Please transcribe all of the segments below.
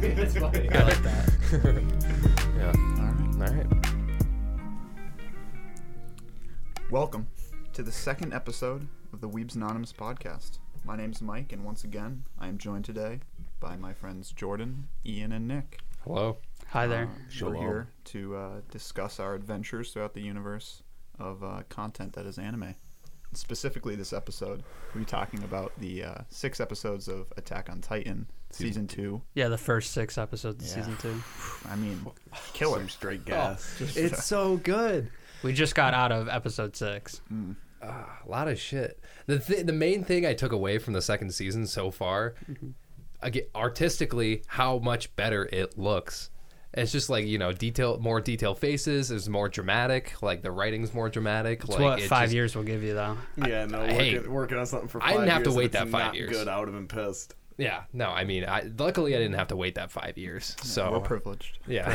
That's funny. I like that. yeah. All right. All right. Welcome to the second episode of the Weebs Anonymous podcast. My name's Mike, and once again, I am joined today by my friends Jordan, Ian, and Nick. Hello. Hi there. Uh, Shalom. We're here to uh, discuss our adventures throughout the universe of uh, content that is anime. Specifically, this episode, we're talking about the uh, six episodes of Attack on Titan season, Season two. Yeah, the first six episodes of Yeah. season two. I mean, killer. Some Oh, straight gas. It's so good. We just got out of episode six. a lot of shit. The th- the main thing I took away from the second season so far, aga artistically, how much better it looks. It's just like you know, detail more detailed faces is more dramatic. Like the writing's more dramatic. It's like what it five just- years will give you, though. Yeah, no, hey, working, working on something for I five didn't have to years, wait if that it's five not years. Good, I would have been pissed. Yeah, no, I mean, I luckily I didn't have to wait that five years. We're So privileged. yeah,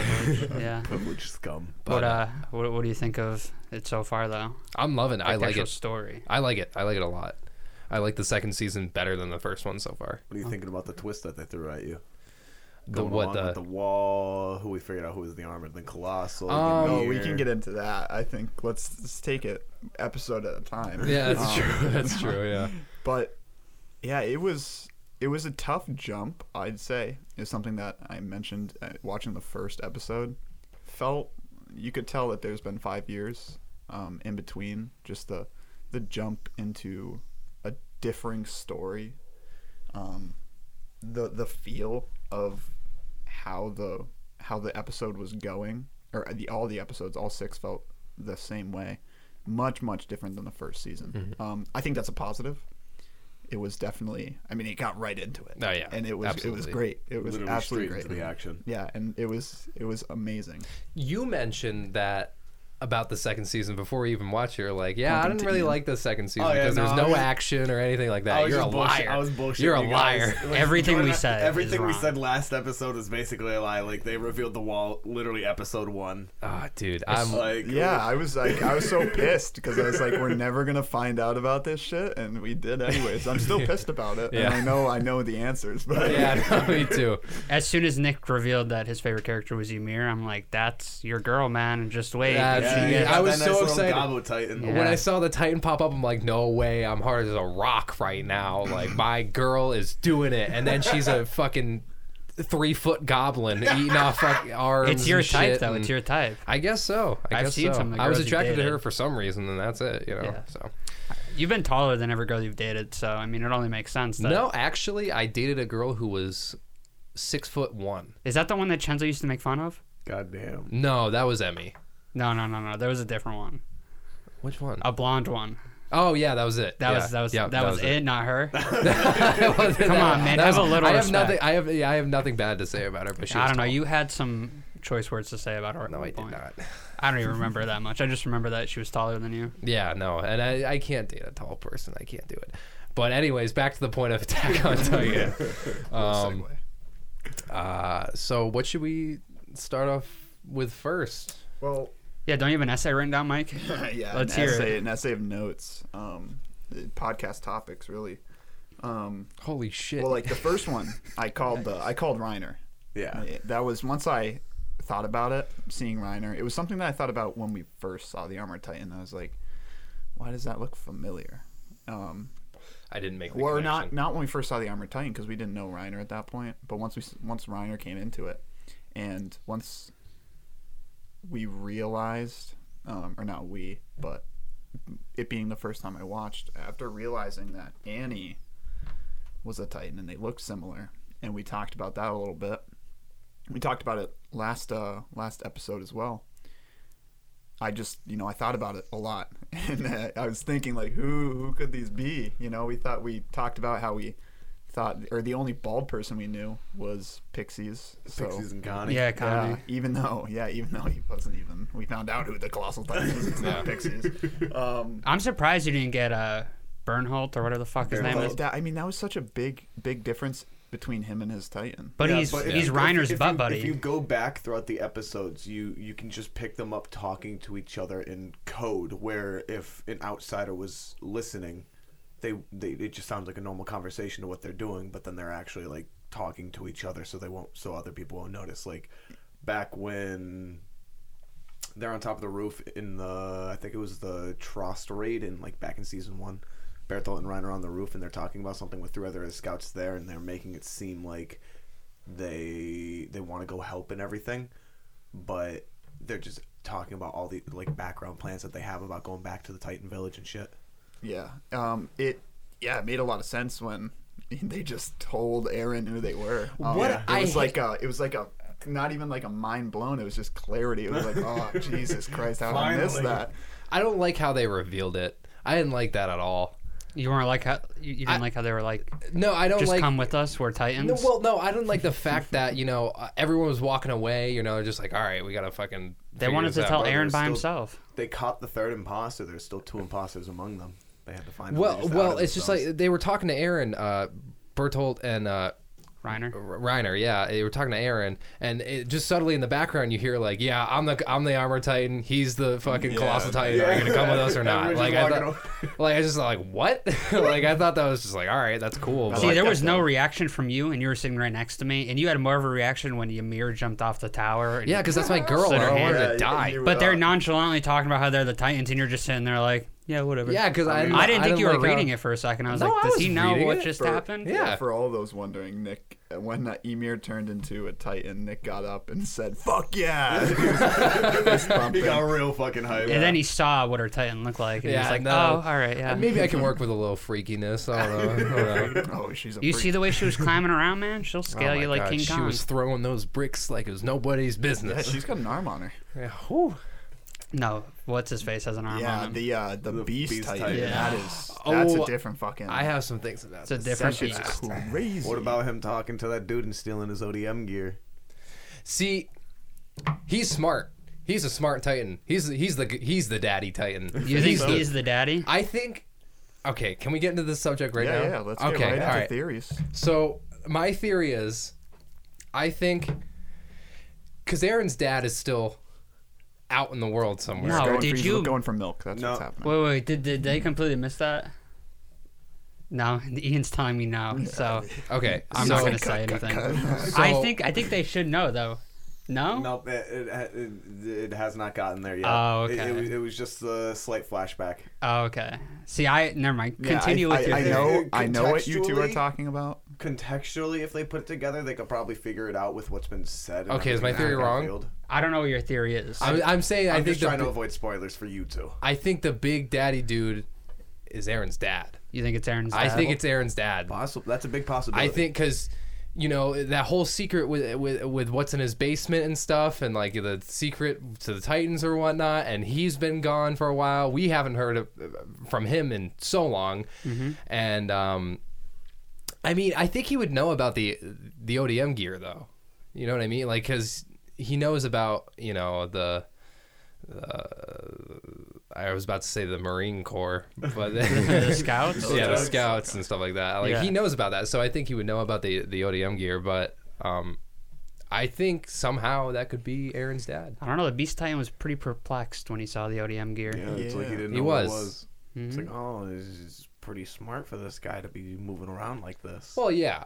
Yeah. Privileged scum. What uh, what, what do you think of it so far, though? I'm loving. it. I the like actual it. story. I like it. I like it a lot. I like the second season better than the first one so far. What are you thinking about the twist that they threw at you? The Going what along the with the wall? Who we figured out who was the armored, then colossal. Um, Oh, we Ymir. can get into that. I think let's, let's take it episode at a time. yeah, that's Um, true. That's true. Yeah. but yeah it was it was a tough jump i'd say is something that i mentioned uh, watching the first episode felt you could tell that there's been five years um, in between just the the jump into a differing story um, the the feel of how the how the episode was going or the all the episodes all six felt the same way much much different than the first season Mm-hmm. um, i think that's a positive it was definitely i mean it got right into it Oh, yeah. and it was it was Absolutely. great it was Literally absolutely straight great into the action. yeah and it was it was amazing you mentioned that about the second season before we even watched it. You're like, yeah, I Pointing didn't to really Ian. like the second season Oh, yeah, because no, there's I no was- action or anything like I that. was You're a just bullshit- liar. I was bullshitting You're a you guys. liar. Like, Everything we Jordan, said is Everything we wrong. said last episode is basically a lie. Like they revealed the wall, literally episode one. Ah, dude, I'm Like yeah i was like i was so pissed because i was like we're never gonna find out about this shit and we did anyways i'm still pissed about it and Yeah. i know i know the answers but yeah, no, me too. As soon as Nick revealed that his favorite character was Ymir, I'm like, "That's your girl, man." And just wait. That's- She yeah, Yeah, gets- I was that so nice little excited. Goblet Titan. Yeah. When I saw the Titan pop up, I'm like, no way, I'm hard as a rock right now. Like my girl is doing it, and then she's a fucking three foot goblin eating off fuck arms. It's your and type, shit, Mm. though. It's and- your type. I guess so. I I've guess seen so. some of the I was girls you attracted to her dated. for some reason, and that's it. You know, Yeah. so. You've been taller than every girl you've dated, so I mean, it only makes sense. That, No, actually, I dated a girl who was six foot one. Is that the one that Chenzo used to make fun of? Goddamn. No, that was Emmy. No, no, no, no. There was a different one. Which one? A blonde one. oh yeah, that was it. That Yeah, was that was yeah, that, was, it, not her. It wasn't Come that on, one. man, That was- have a little I have respect. nothing. I have yeah, I have nothing bad to say about her. But she I was don't know. tall. You had some choice words to say about her. at No, one I did point. not. I don't even remember that much. I just remember that she was taller than you. Yeah, no, and I, I can't date a tall person. I can't do it. But anyways, back to the point of Attack on Titan. um, Segue. uh, so what should we start off with first? well Yeah, don't you have an essay written down, Mike? yeah, Let's an hear essay, it. an essay of notes, um, podcast topics, really. Um, Holy shit! well, like the first one, I called the I called Reiner. Yeah. That was once I thought about it, seeing Reiner. It was something that I thought about when we first saw the Armored Titan. I was like, why does that look familiar? Um, I didn't make. The well, or not connection. not when we first saw the Armored Titan because we didn't know Reiner at that point. But once we s- once Reiner came into it, and once we realized, um, or not we, but it being the first time I watched, after realizing that Annie was a Titan and they looked similar, and we talked about that a little bit. We talked about it last uh, last episode as well. I just, you know, I thought about it a lot, and uh, I was thinking like, who who could these be? You know, we thought we talked about how we thought, or the only bald person we knew was Pixies. So, Pixies and Connie. yeah, yeah, Connie. even though, yeah, even though he wasn't even, we found out who the colossal titan is. It's not Pixies. Um, I'm surprised you didn't get uh, Bernholt or whatever the fuck his name but is. that, I mean, that was such a big, big difference between him and his titan. But Yeah, he's if he's you- Reiner's if you- butt If you buddy. go back throughout the episodes, you you can just pick them up talking to each other in code. Where if an outsider was listening, they they it just sounds like a normal conversation to what they're doing, but then they're actually like talking to each other so they won't so other people won't notice like back when they're on top of the roof in the I think it was the Trost raid in like back in season one. Berthold and Ryan are on the roof and they're talking about something with three other scouts there and they're making it seem like they they want to go help and everything, but they're just talking about all the like background plans that they have about going back to the Titan village and shit. Yeah. Um. It. Yeah. It made a lot of sense when they just told Aaron who they were. Um, What I It was ha- like a. It was like a. Not even like a mind blown. It was just clarity. It was like, oh Jesus Christ, how did I miss Finally. that? I don't like how they revealed it. I didn't like that at all. You weren't like how you, you didn't I- like how they were like No, I don't just like. come with us. We're Titans. No, well, no, I don't like the fact that you know uh, everyone was walking away. You know, just like all right, we gotta fucking. they figure wanted this to out. tell brother, Aaron by still- himself. They caught the third imposter. There's still two imposters among them. They had to find. them. They Well, just well, outed it's just themselves. like they were talking to Aaron, uh, Bertolt, and uh, Reiner. R- Reiner, yeah, they were talking to Aaron, and it, just suddenly in the background you hear like, "Yeah, I'm the I'm the armor titan. He's the fucking Yeah, colossal titan. Are yeah. you gonna come with us or not?" Everyone's Like just I walking thought, like I just like what? like I thought that was just like, all right, that's cool. But, See, like there that, was no though. reaction from you, and you were sitting right next to me, and you had more of a reaction when Ymir jumped off the tower. And yeah, because that's my girl. Sit and I her wanted hand. to Yeah, die. you- But they're nonchalantly talking about how they're the Titans, and you're just sitting there like, yeah, whatever. yeah, because I, I didn't think you were like how- reading it for a second. I was No, like, I does was he know reading what it just for- happened? Yeah. For all those wondering, Nick, uh, when that Emir turned into a Titan, Nick got up and said, "Fuck yeah!" Fist he bumping. got real fucking hype. And then he saw what her Titan looked like, and he was like, no. oh, all right, yeah. Maybe I can work with a little freakiness. I don't know. I don't know. oh, she's a. you freak. see the way she was climbing around, man? She'll scale Oh my you like God, King she Kong. was throwing those bricks like it was nobody's Yeah, business. she's got an arm on her. Yeah, whew. No, what's his face has an arm on Yeah, him. the uh, the, beast, beast Titan. Titan. That Yeah. is that's Oh, a different fucking. I have some things about it's a this. that different shit's beast. crazy. What about him talking to that dude and stealing his ODM gear? See, he's smart. He's a smart Titan. He's he's the he's the daddy Titan. You think he's the daddy? I think. Okay, can we get into this subject right Yeah, now? yeah. Let's okay, get right Oh, into all right. theories. So my theory is, I think, because Aaron's dad is still out in the world somewhere. No. Oh, going did for, you- going for milk? That's No. what's happening. Wait, wait, did, did they completely miss that? No, Ian's telling me no, so Okay, I'm so, not gonna say anything. I so- think I think they should know though. No, Nope, it, it, it, it has not gotten there yet. Ah, Oh, It- okay. It, was- it was just a slight flashback. Oh, okay. See, I never mind. Yeah, Continue I, I, with your. I theory. know. I know what you two are Contextually- talking about. Contextually, if they put it together, they could probably figure it out with what's been said. and Okay, is my everything theory that's wrong? revealed. I don't know what your theory is. I'm, I'm saying I I'm think just trying to the, avoid spoilers for you two. I think the big daddy dude is Aaron's dad. you think it's Aaron's? I dad? think it's Aaron's dad. Possible. That's a big possibility. I think because you know that whole secret with with with what's in his basement and stuff, and like the secret to the Titans or whatnot. And he's been gone for a while. We haven't heard of, from him in so long, and um, I mean, I think he would know about the the ODM gear though. You know what I mean? Like because he knows about you know the. Uh, I was about to say the Marine Corps, but the scouts. yeah, the Scouts. scouts and stuff like that. Like Yeah. he knows about that, so I think he would know about the the ODM gear. But um, I think somehow that could be Aaron's dad. I don't know. The Beast Titan was pretty perplexed when he saw the ODM gear. Yeah, it's like he Yeah. didn't He know what it was. Mm-hmm. was. It's like, oh, this is pretty smart for this guy to be moving around like this. Well, yeah.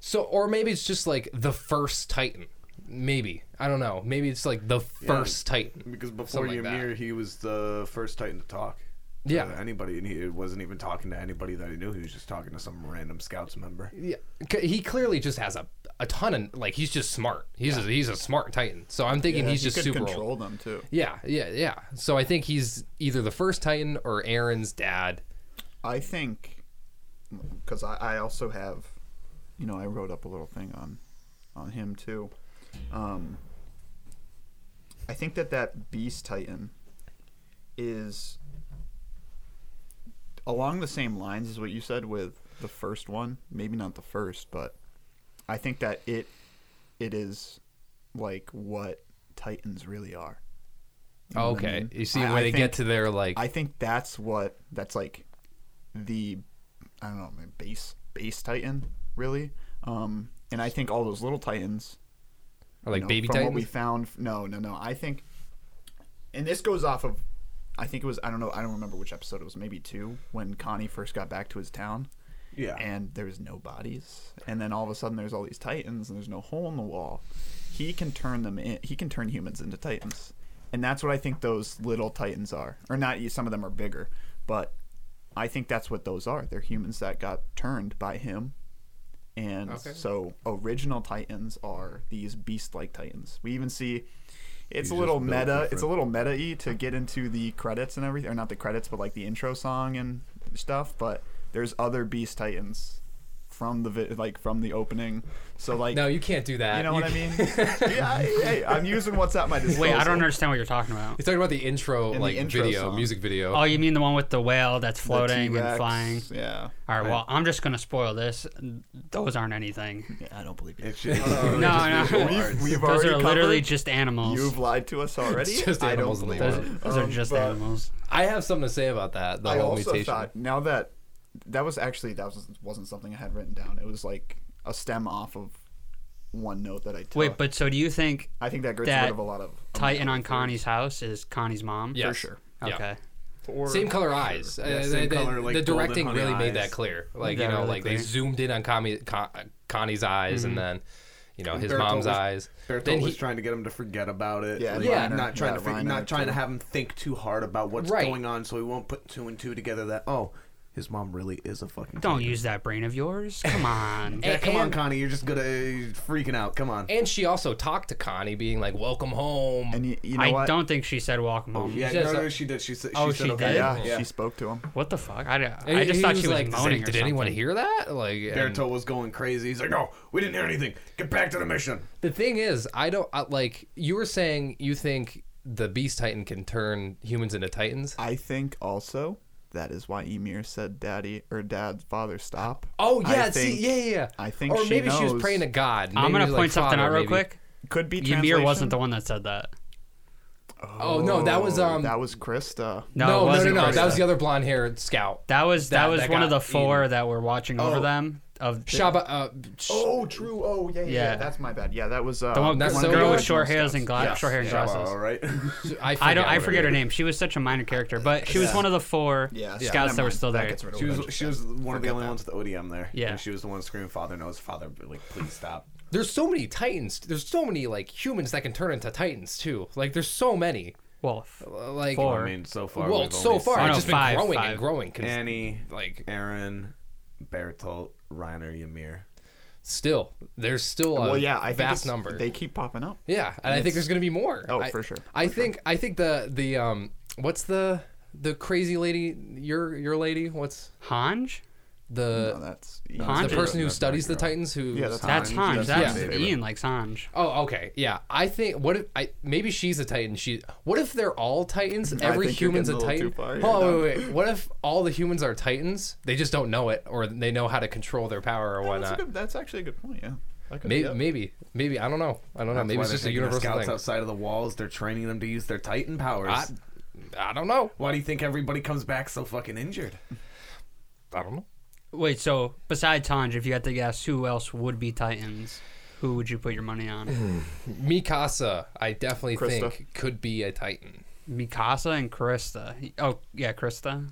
So, or maybe it's just like the first Titan. Maybe I don't know. Maybe it's like the first Titan. because before Something like Ymir, he was the first Titan to talk. to Yeah. anybody, and he wasn't even talking to anybody that he knew. He was just talking to some random Scouts member. Yeah, C- he clearly just has a a ton of like he's just smart. He's a, he's a smart Titan. So I'm thinking Yeah, he's he just could super old. control them too. Yeah, yeah, yeah. So I think he's either the first Titan or Aaron's dad. I think because I, I also have, you know, I wrote up a little thing on, on him too. Um, I think that that Beast Titan is along the same lines as what you said with the first one. Maybe not the first, but I think that it it is like what Titans really are. You know what I okay, mean? you see Mm-hmm. I- when I they think- get to their like I think that's what that's like the I don't know my base base Titan really. Um, and I think all those little Titans, Or you like know, baby from titans? what we found. No, no, no. I think, and this goes off of. I think it was I don't know I don't remember which episode it was maybe two when Connie first got back to his town, Yeah. and there's no bodies and then all of a sudden there's all these titans and there's no hole in the wall he can turn them in he can turn humans into titans and that's what i think those little titans are or not some of them are bigger but i think that's what those are they're humans that got turned by him and Okay. so original titans are these beast-like titans we even see it's You a little just built meta it's a different. little meta y to get into the credits and everything or not the credits but like the intro song and stuff but there's other beast titans from the vi- like from the opening so like No, you can't do that. you know what i mean yeah I, hey, i'm using what's at my disposal Wait, I don't understand what you're talking about. He's talking about the intro, In the like intro video, song. Uh, music video. Oh, you mean the one with the whale that's The floating and T-Rex, flying? yeah All right. Well, I'm just gonna spoil this. Those aren't anything. i don't believe you It's just, No, no. we've, we've Those already are literally covered- just animals. you've lied to us already It's just i don't animals in the believe world. Those, it. those are Um, just but- animals. I have something to say about that. The I whole also mutation. thought now that that was actually that was, wasn't something I had written down. It was like a stem off of one note that I took. Wait, but so do you think I think that gets that rid of a lot of Titan on Connie's house is Connie's mom? Yes. sure. Yeah. Okay. Or- Same color eyes. Uh, same they- they- color, like, the golden directing honey really made eyes. that clear. Like Yeah, you know, really like they clear. zoomed in on Connie, Con, Connie's eyes, Mm-hmm. and then you know his Bertolt mom's was- eyes. Bertolt Then was he- trying to get him to forget about it. Yeah, like, Reiner. not trying Yeah, to fig- Reiner not trying to too. have him think too hard about what's Right. going on, so he won't put two and two together. That oh, his mom really is a fucking. Don't use that brain of yours. Come on. Yeah, come on, And- Connie. You're just gonna uh, freaking out. Come on. and she also talked to Connie, being like, "Welcome home." And you, you know I what? Oh, don't think she said welcome home. yeah, She no, said no, so- she did. She said. She Oh, said she okay. did? Yeah, yeah. she spoke to him. What the fuck? I, And I he- just he thought she was like, moaning. "Did or anyone something." hear that?" Like, and- Berto was going crazy. He's like, "No, we didn't hear anything. Get back to the mission." The thing is, I don't I, like you were saying. You think the Beast Titan can turn humans into Titans? I think also that is why Emir said, "Daddy or Dad, Father, stop." Oh I yeah, think- see, yeah, yeah, yeah. I think or she maybe she was knows. praying to God. Maybe I'm gonna it was, point like, something Father, out real maybe. quick. Could be. Ymir translation. wasn't the one that said that. Oh, no, that was um. That was Krista. No, no, it no, no, wasn't no, Krista. That was the other blonde-haired scout. That was That- that, was that one of got the four that were watching over Oh. them. Of the, Shaba. Uh, sh- Oh, true. Oh, yeah, yeah. Yeah. yeah. That's my bad. Yeah, that was uh, the one, that's the so girl good. with short hairs and gla- Yes. short hair and Yeah. glasses. All right. I forget, I don't. I what forget it her is. name. She was such a minor character, but she was one of the four Yeah, so never scouts that were mind. still there. gets rid of She a was bunch of she was one of the Forget only that. ones at the ODM there. Yeah. And she was the one screaming, "Father knows, Father, like please stop." There's so many titans. There's so many like humans that can turn into titans too. Like there's so many. Wolf. Uh, Like Four. I mean, so far. well, we've so only far Oh, it's no, just five, been growing five. and growing. seen Cons- Annie, like Aaron, Bertolt, Reiner, Ymir. Oh, still, there's still a Well, yeah, I think vast it's- number. They keep popping up. Yeah, and I think there's gonna be more. Oh, I- for sure, I think I think the the um what's the the crazy lady your your lady what's Hanj. the No, that's Hanj the is- person who that's studies the my girl. Titans who Yeah, that's That's Hanj, Hanj. that's That's my favorite. Ian likes Hanj. Oh, okay. Yeah. I think what if I maybe she's a Titan. She what if they're all Titans? I Every think you're human's a getting a little Titan. too far here, oh, Dom. wait, wait, wait. What if all the humans are Titans? They just don't know it or they know how to control their power or that's, a whatnot. good, that's actually a good point. Yeah. That could be Maybe, it. maybe maybe I don't know. I don't know. That's Maybe why it's they're just a taking the universal scouts thing. outside of the walls. They're training them to use their Titan powers. I, I don't know. Why do you think everybody comes back so fucking injured? I don't know. Wait, so besides Hanj, if you had to guess who else would be Titans, who would you put your money on? Mikasa, I definitely Krista. think could be a Titan. Mikasa and Krista. Oh yeah, Krista. Yeah.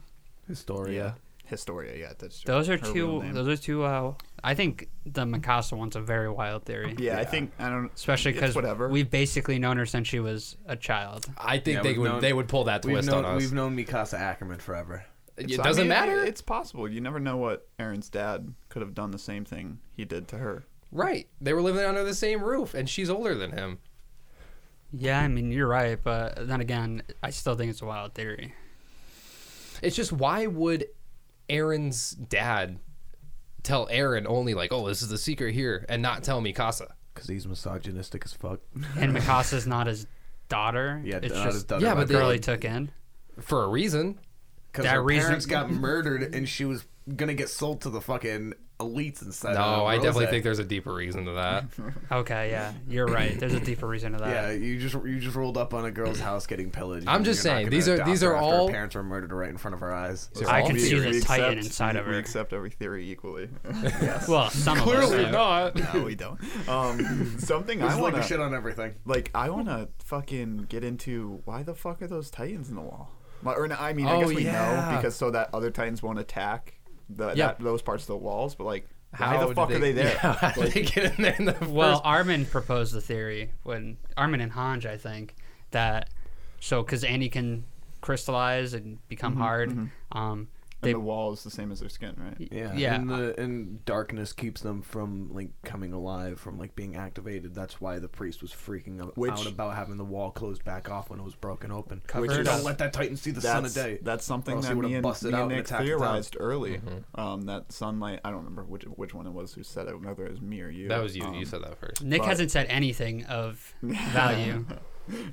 Historia. Historia. Yeah, that's true. Those are Her real two. name. Those are two. Uh, I think the Mikasa one's a very wild theory. yeah, I think I don't. Especially it's because whatever. we've basically known her since she was a child. I think Yeah, they we've would known- they would pull that We've twist known, on us. we've known Mikasa Ackerman forever. It It's- I doesn't mean, matter. It's possible. You never know what Aaron's dad could have done. The same thing he did to her. right. They were living under the same roof and she's older than him. Yeah, I mean you're right, but then again, I still think it's a wild theory. It's just why would Aaron's dad tell Aaron only like, "Oh, this is the secret here," and not tell Mikasa? Because he's misogynistic as fuck. And Mikasa's not his daughter. Yeah, it's not just his daughter, Yeah, a but they- girl he took in. For a reason. Because That her reason- parents got murdered and she was going to get sold to the fucking elites inside No, of I definitely Rosette. think there's a deeper reason to that. Okay, yeah, you're right. There's a deeper reason to that. Yeah, you just you just rolled up on a girl's house getting pillaged. I'm and just you're not saying, gonna these are- adopt these her are after all- her parents were murdered right in front of her eyes. These are I all can see theories. the We Titan accept- inside of we her. accept every theory equally. Well, some of us do. not. no, we don't. Um, something Just I want like to shit on everything. like I want to fucking get into why the fuck are those titans in the wall? Like, or no, I mean, I Oh, guess we yeah. know because so that other titans won't attack the, Yeah. that, those parts of the walls, but like, How why the did fuck are they there? Yeah, how did they get in there in the first Well, Armin proposed the theory when Armin and Hanj, I think, that so because Andy can crystallize and become Mm-hmm, hard. Um, and they the wall is the same as their skin, right? Yeah, Yeah. And, the, and darkness keeps them from like coming alive, from like being activated. That's why the priest was freaking out Which- out about having the wall closed back off when it was broken open. Covered Which up. don't let that Titan see the sun That's, of day. that's something else he that would've me and, busted me out and and Nick attacked it down. theorized early. Mm-hmm. Um, that sunlight, I don't remember which which one it was who said it, whether it was me or you. That was you. Um, you said that first. Nick but- hasn't said anything of value.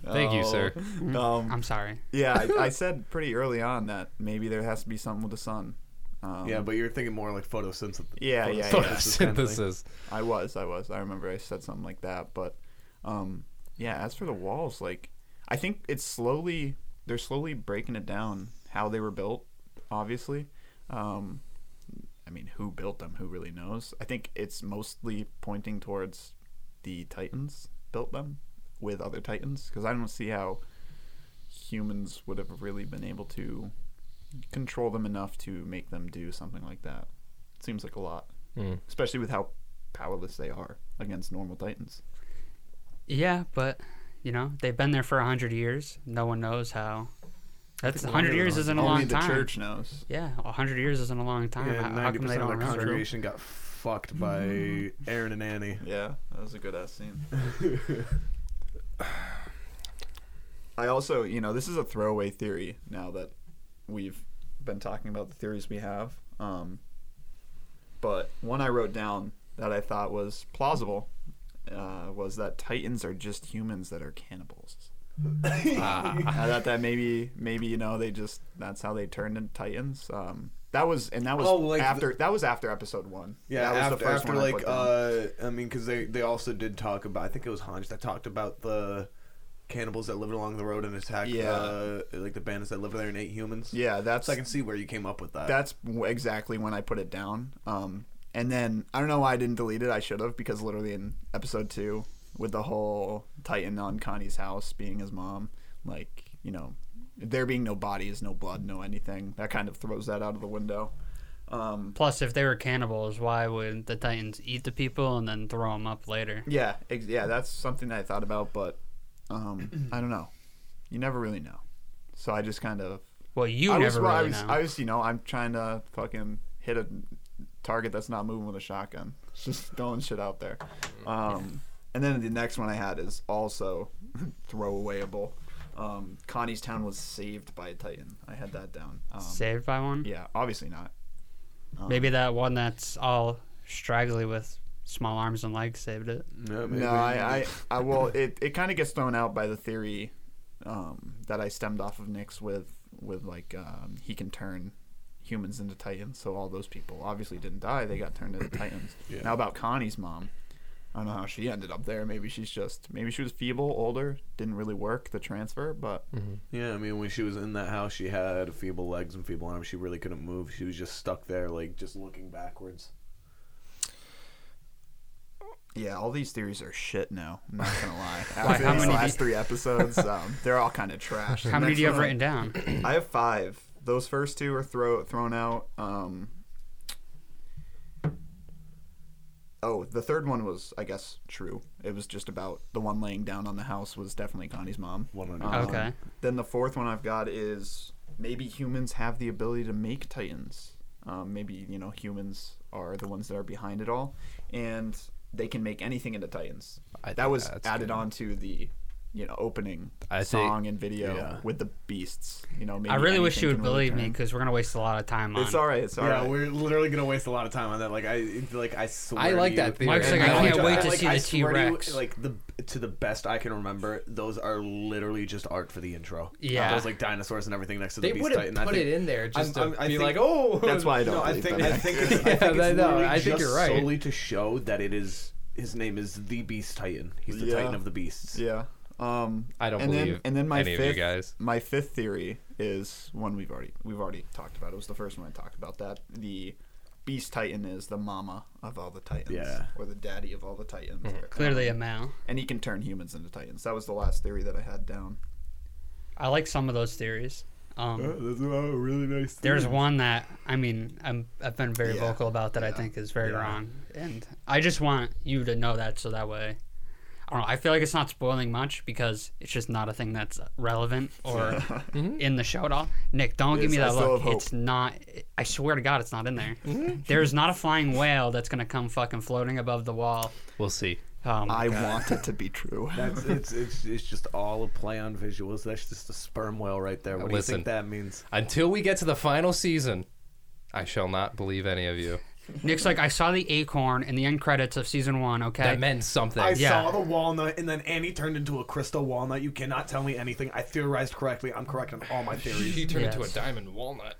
Thank you, sir. oh, Um, I'm sorry. yeah, I, I said pretty early on that maybe there has to be something with the sun. Um, yeah, but you're thinking more like photosynthesis. Yeah, yeah, yeah. photosynthesis kind of thing. Photosynthesis. I was, I was. I remember I said something like that. But um, yeah, as for the walls, like I think it's slowly they're slowly breaking it down how they were built. Obviously, um, I mean, who built them? Who really knows? I think it's mostly pointing towards the Titans built them with other Titans because I don't see how humans would have really been able to control them enough to make them do something like that. seems like a lot, Mm. especially with how powerless they are against normal Titans. Yeah, but you know they've been there for a hundred years. No one knows how. That's a longer hundred than years 100. isn't a Only long the time. church knows. Yeah, a hundred years isn't a long time. Yeah, how, how ninety come they percent don't of the remember? congregation got fucked by Aaron and Annie. Yeah, that was a good ass scene. I also, you know, this is a throwaway theory now that we've been talking about the theories we have. Um, but one I wrote down that I thought was plausible uh, was that Titans are just humans that are cannibals. Uh, I thought that maybe, maybe you know, they just that's how they turned into Titans. Um, that was, and that was Oh, like the- after that was after episode one. Yeah, that was after, after one I like put down. uh, I mean, because they they also did talk about. I think it was Hans that talked about the cannibals that lived along the road and attacked Yeah. uh, like the bandits that lived there and ate humans. yeah, that's so I can see where you came up with that. that's w- exactly when I put it down. Um, and then I don't know why I didn't delete it. I should have because literally in episode two, with the whole Titan on Connie's house being his mom, like you know, there being no bodies, no blood, no anything, that kind of throws that out of the window. Um, Plus, if they were cannibals, why would the Titans eat the people and then throw them up later? yeah, ex- yeah, that's something I thought about, but um, I don't know. You never really know. So I just kind of Well, you I was, never well, really I was, know. I was, you know, I'm trying to fucking hit a target that's not moving with a shotgun. It's just throwing shit out there. Um, and then the next one I had is also throwawayable. Um, Connie's town was saved by a Titan. I had that down. Um, Saved by one? yeah, Um, obviously not. Maybe that one that's all straggly with small arms and legs saved it. no, maybe- No, I, I, I well, it, it kind of gets thrown out by the theory um, that I stemmed off of Nick's with, with like um, he can turn humans into titans. So all those people obviously didn't die; they got turned into titans. Yeah. Now about Connie's mom, I don't know how she ended up there. Maybe she's just maybe she was feeble, older, didn't really work the transfer, but Mm-hmm. yeah, I mean, when she was in that house, she had feeble legs and feeble arms. She really couldn't move. She was just stuck there, like just looking backwards. yeah, all these theories are shit now. I'm not gonna lie. After Why, how these many do last you- three episodes, um, they're all kind of trash. The How many next do you have one- written down? I have five. Those first two are throw, thrown out. Um, oh, the third one was, I guess, true. It was just about the one laying down on the house was definitely Connie's mom. Um, 100%. Okay. Then the fourth one I've got is maybe humans have the ability to make titans. Um, maybe you know humans are the ones that are behind it all, and they can make anything into titans. I that think was that's added good. on to the you know opening I think- song and video yeah. with the beasts. You know, maybe I really wish anything you would can really believe me me turn. because we're going to waste a lot of time on It's all right. It's all yeah, right. we're literally gonna waste a lot of time on that. Like I, like I swear. I like to that you- theory. Mike's like, I I like can't that. wait to see I the T swear to you, Rex. Like the to the best I can remember, those are literally just art for the intro. Yeah. those like dinosaurs and everything next to the They beast would have titan. I put think- it in there just I'm- to I'm- I be think- like, oh, That's why I don't. No, I believe think them. I think it's, I Yeah, think it's no, literally I think just you're right. solely to show that it is his name is the Beast Titan. He's the Yeah. Titan of the Beasts. Yeah. Um, I don't and believe Then, and then my any of fifth, you guys. My fifth theory is one we've already we've already talked about. It was the first one I talked about. That the Beast Titan is the mama of all the Titans, Yeah. or the daddy of all the Titans. Mm-hmm. Um, Clearly a male. and he can turn humans into Titans. That was the last theory that I had down. I like some of those theories. Um, that's a really nice. there's one that I mean I'm, I've been very Hmm. Yeah. vocal about that I Yeah. think is very Yeah. wrong, and I just want you to know that so that way. I don't know. I feel like it's not spoiling much because it's just not a thing that's relevant or Mm-hmm. in the show at all. Nick, don't give me Yes, I that still have look. hope. It's not. I swear to God, it's not in there. Mm-hmm. There's not a flying whale that's gonna come fucking floating above the wall. We'll see. Um, I want it to be true. That's it's it's it's just all a play on visuals. That's just a sperm whale right there. What do you Listen. think that means? Until we get to the final season, I shall not believe any of you. Nick's like, I saw the acorn in the end credits of season one. Okay, That meant something. I Yeah. saw the walnut, and then Annie turned into a crystal walnut. You cannot tell me anything. I theorized correctly. I'm correct on all my She theories. turned Yes. into a diamond walnut.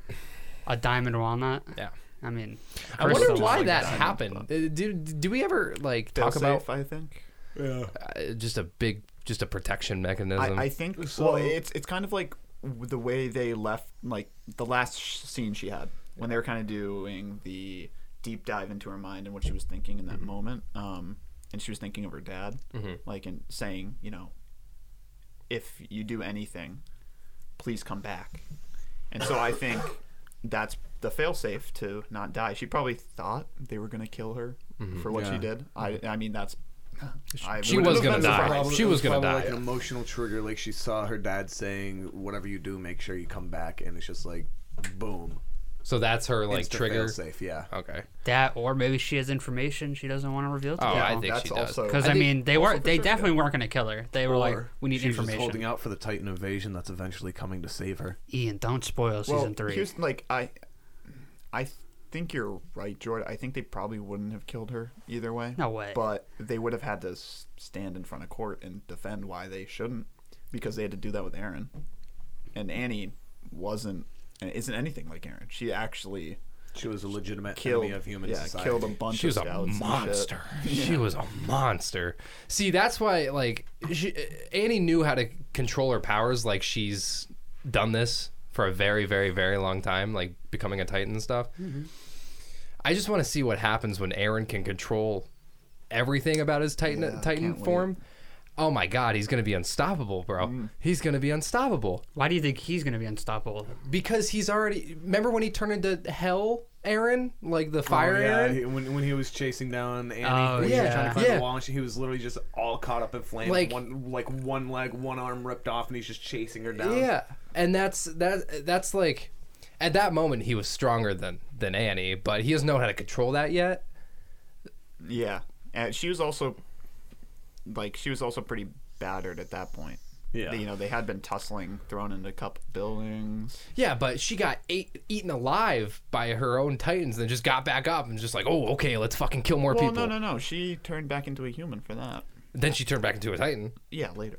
a diamond walnut. Yeah. I mean, I wonder crystals, why like, that diamond, happened. Uh, Do, do we ever like talk about Fail-safe, I think. yeah. uh, just a big, just a protection mechanism? I, I think. So- well, it's it's kind of like w- the way they left, like the last sh- scene she had when they were kind of doing the deep dive into her mind and what she was thinking in that Mm-hmm. moment. Um, and she was thinking of her dad, like and saying, you know, if you do anything, please come back. And so I think that's the failsafe to not die. She probably thought they were gonna kill her for what she Yeah. did. I, I mean that's. I Mm-hmm. She wouldn't was have gonna been die. surprised. She was gonna probably Like die. an emotional trigger. Like she saw her dad saying, "Whatever you do, make sure you come back," and it's just like, boom, so that's her like trigger. safe. Yeah. Okay. that, or maybe she has information she doesn't want to reveal to Oh, I people. think she does. Because I I, think mean, they were for they sure, definitely weren't going to kill her. They were like, Or we need she's just holding information. out for the Titan invasion that's eventually coming to save her. Ian, don't spoil season three. Here's like I, I think you're right, Jordan. I think they probably wouldn't have killed her either way. No way. But they would have had to s- stand in front of court and defend why they shouldn't, because they had to do that with Aaron, and Annie wasn't and isn't anything like Aaron. She actually She was a legitimate killed enemy of human yeah society. killed a bunch She was of a scouts and shit. monster. She was a monster. See, that's why like she, Annie knew how to control her powers. Like she's done this for a very, very, very long time. Like becoming a titan and stuff. Mm-hmm. I just want to see what happens when Aaron can control everything about his titan Yeah, titan can't wait. form. Oh my god, he's gonna be unstoppable, bro. Mm. He's gonna be unstoppable Why do you think he's going to be unstoppable? because he's already. Remember when he turned into hell, Aaron? Like the fire Oh, yeah, Aaron. he- when, when he was chasing down Annie, Oh, when she was yeah. trying to climb Yeah. the wall, and she, he was literally just all caught up in flames. Like- one, like one leg, one arm ripped off, and he's just chasing her down. Yeah, and that's that. That's like, at that moment he was stronger than than Annie, but he doesn't know how to control that yet. Yeah, and she was also like she was also pretty battered at that point. Yeah. They- you know they had been tussling, thrown into a couple buildings. Yeah, but she got ate, eaten alive by her own titans, and just got back up and just like, oh, okay, let's fucking kill more Well, people. no, no, no. She turned back into a human for that. Then she turned back into a titan. Yeah, later.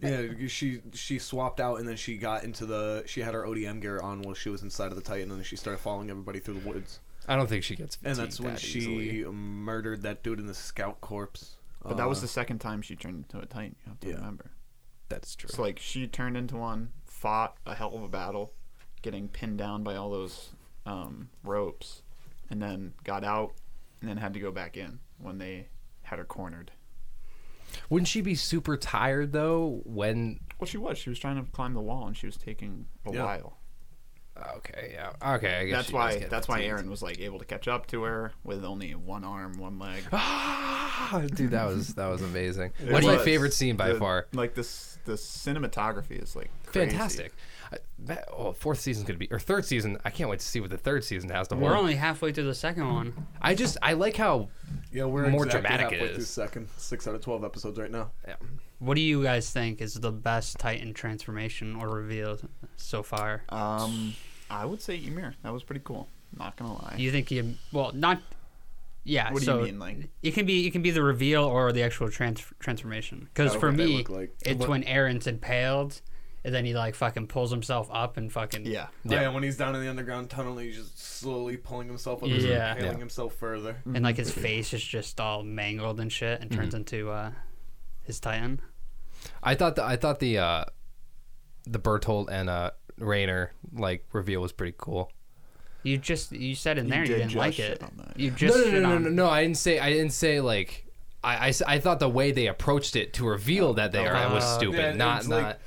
yeah. She she swapped out, and then she got into the. She had her ODM gear on while she was inside of the Titan, and then she started following everybody through the woods. I don't think she gets. And fatigued that's when that she easily. murdered that dude in the scout corpse. Uh, But that was the second time she turned into a titan. You have to Yeah. remember. That's true. So like she turned into one, fought a hell of a battle, getting pinned down by all those um, ropes, and then got out, and then had to go back in when they had her cornered. Wouldn't she be super tired though? When Well, she was. She was trying to climb the wall, and she was taking a Yeah. while. okay, yeah, okay, I guess That's she does why. get That's why fatigued. Aaron was like able to catch up to her with only one arm, one leg. Ah, dude, that was that was amazing. It That's my was. favorite scene by The- far. Like this, the cinematography is like crazy. Fantastic. I, that, oh, fourth season's gonna be or third season. I can't wait to see what the third season has to We're hold. only halfway through the second one. I just I like how yeah. We're more exactly dramatic it halfway through is. Second, six out of twelve episodes right now. What do you guys think is the best Titan transformation or reveal so far? Um, I would say Ymir. That was pretty cool. Not gonna lie. Do you think you? Well, not. Yeah. what do so you mean, like? It can be it can be the reveal or the actual trans- transformation. Because Oh, for what they me, look like. it's when Aaron's impaled, and then he like fucking pulls himself up and fucking Yeah. Yeah. when he's down in the underground tunnel, he's just slowly pulling himself up, Yeah. yeah, and Yeah. yeah. himself further. and like Mm-hmm. his face is just all mangled and shit, and turns into uh, his Titan. I thought the I thought the uh the Bertolt and uh Rainer like reveal was pretty cool. You just you said in there you, did didn't just like shit it. on that. You just no, no, shit no, no, on no, no. I didn't say I didn't say like I, I s- I thought the way they approached it to reveal that they are was Uh, stupid. Yeah, not it's not. like-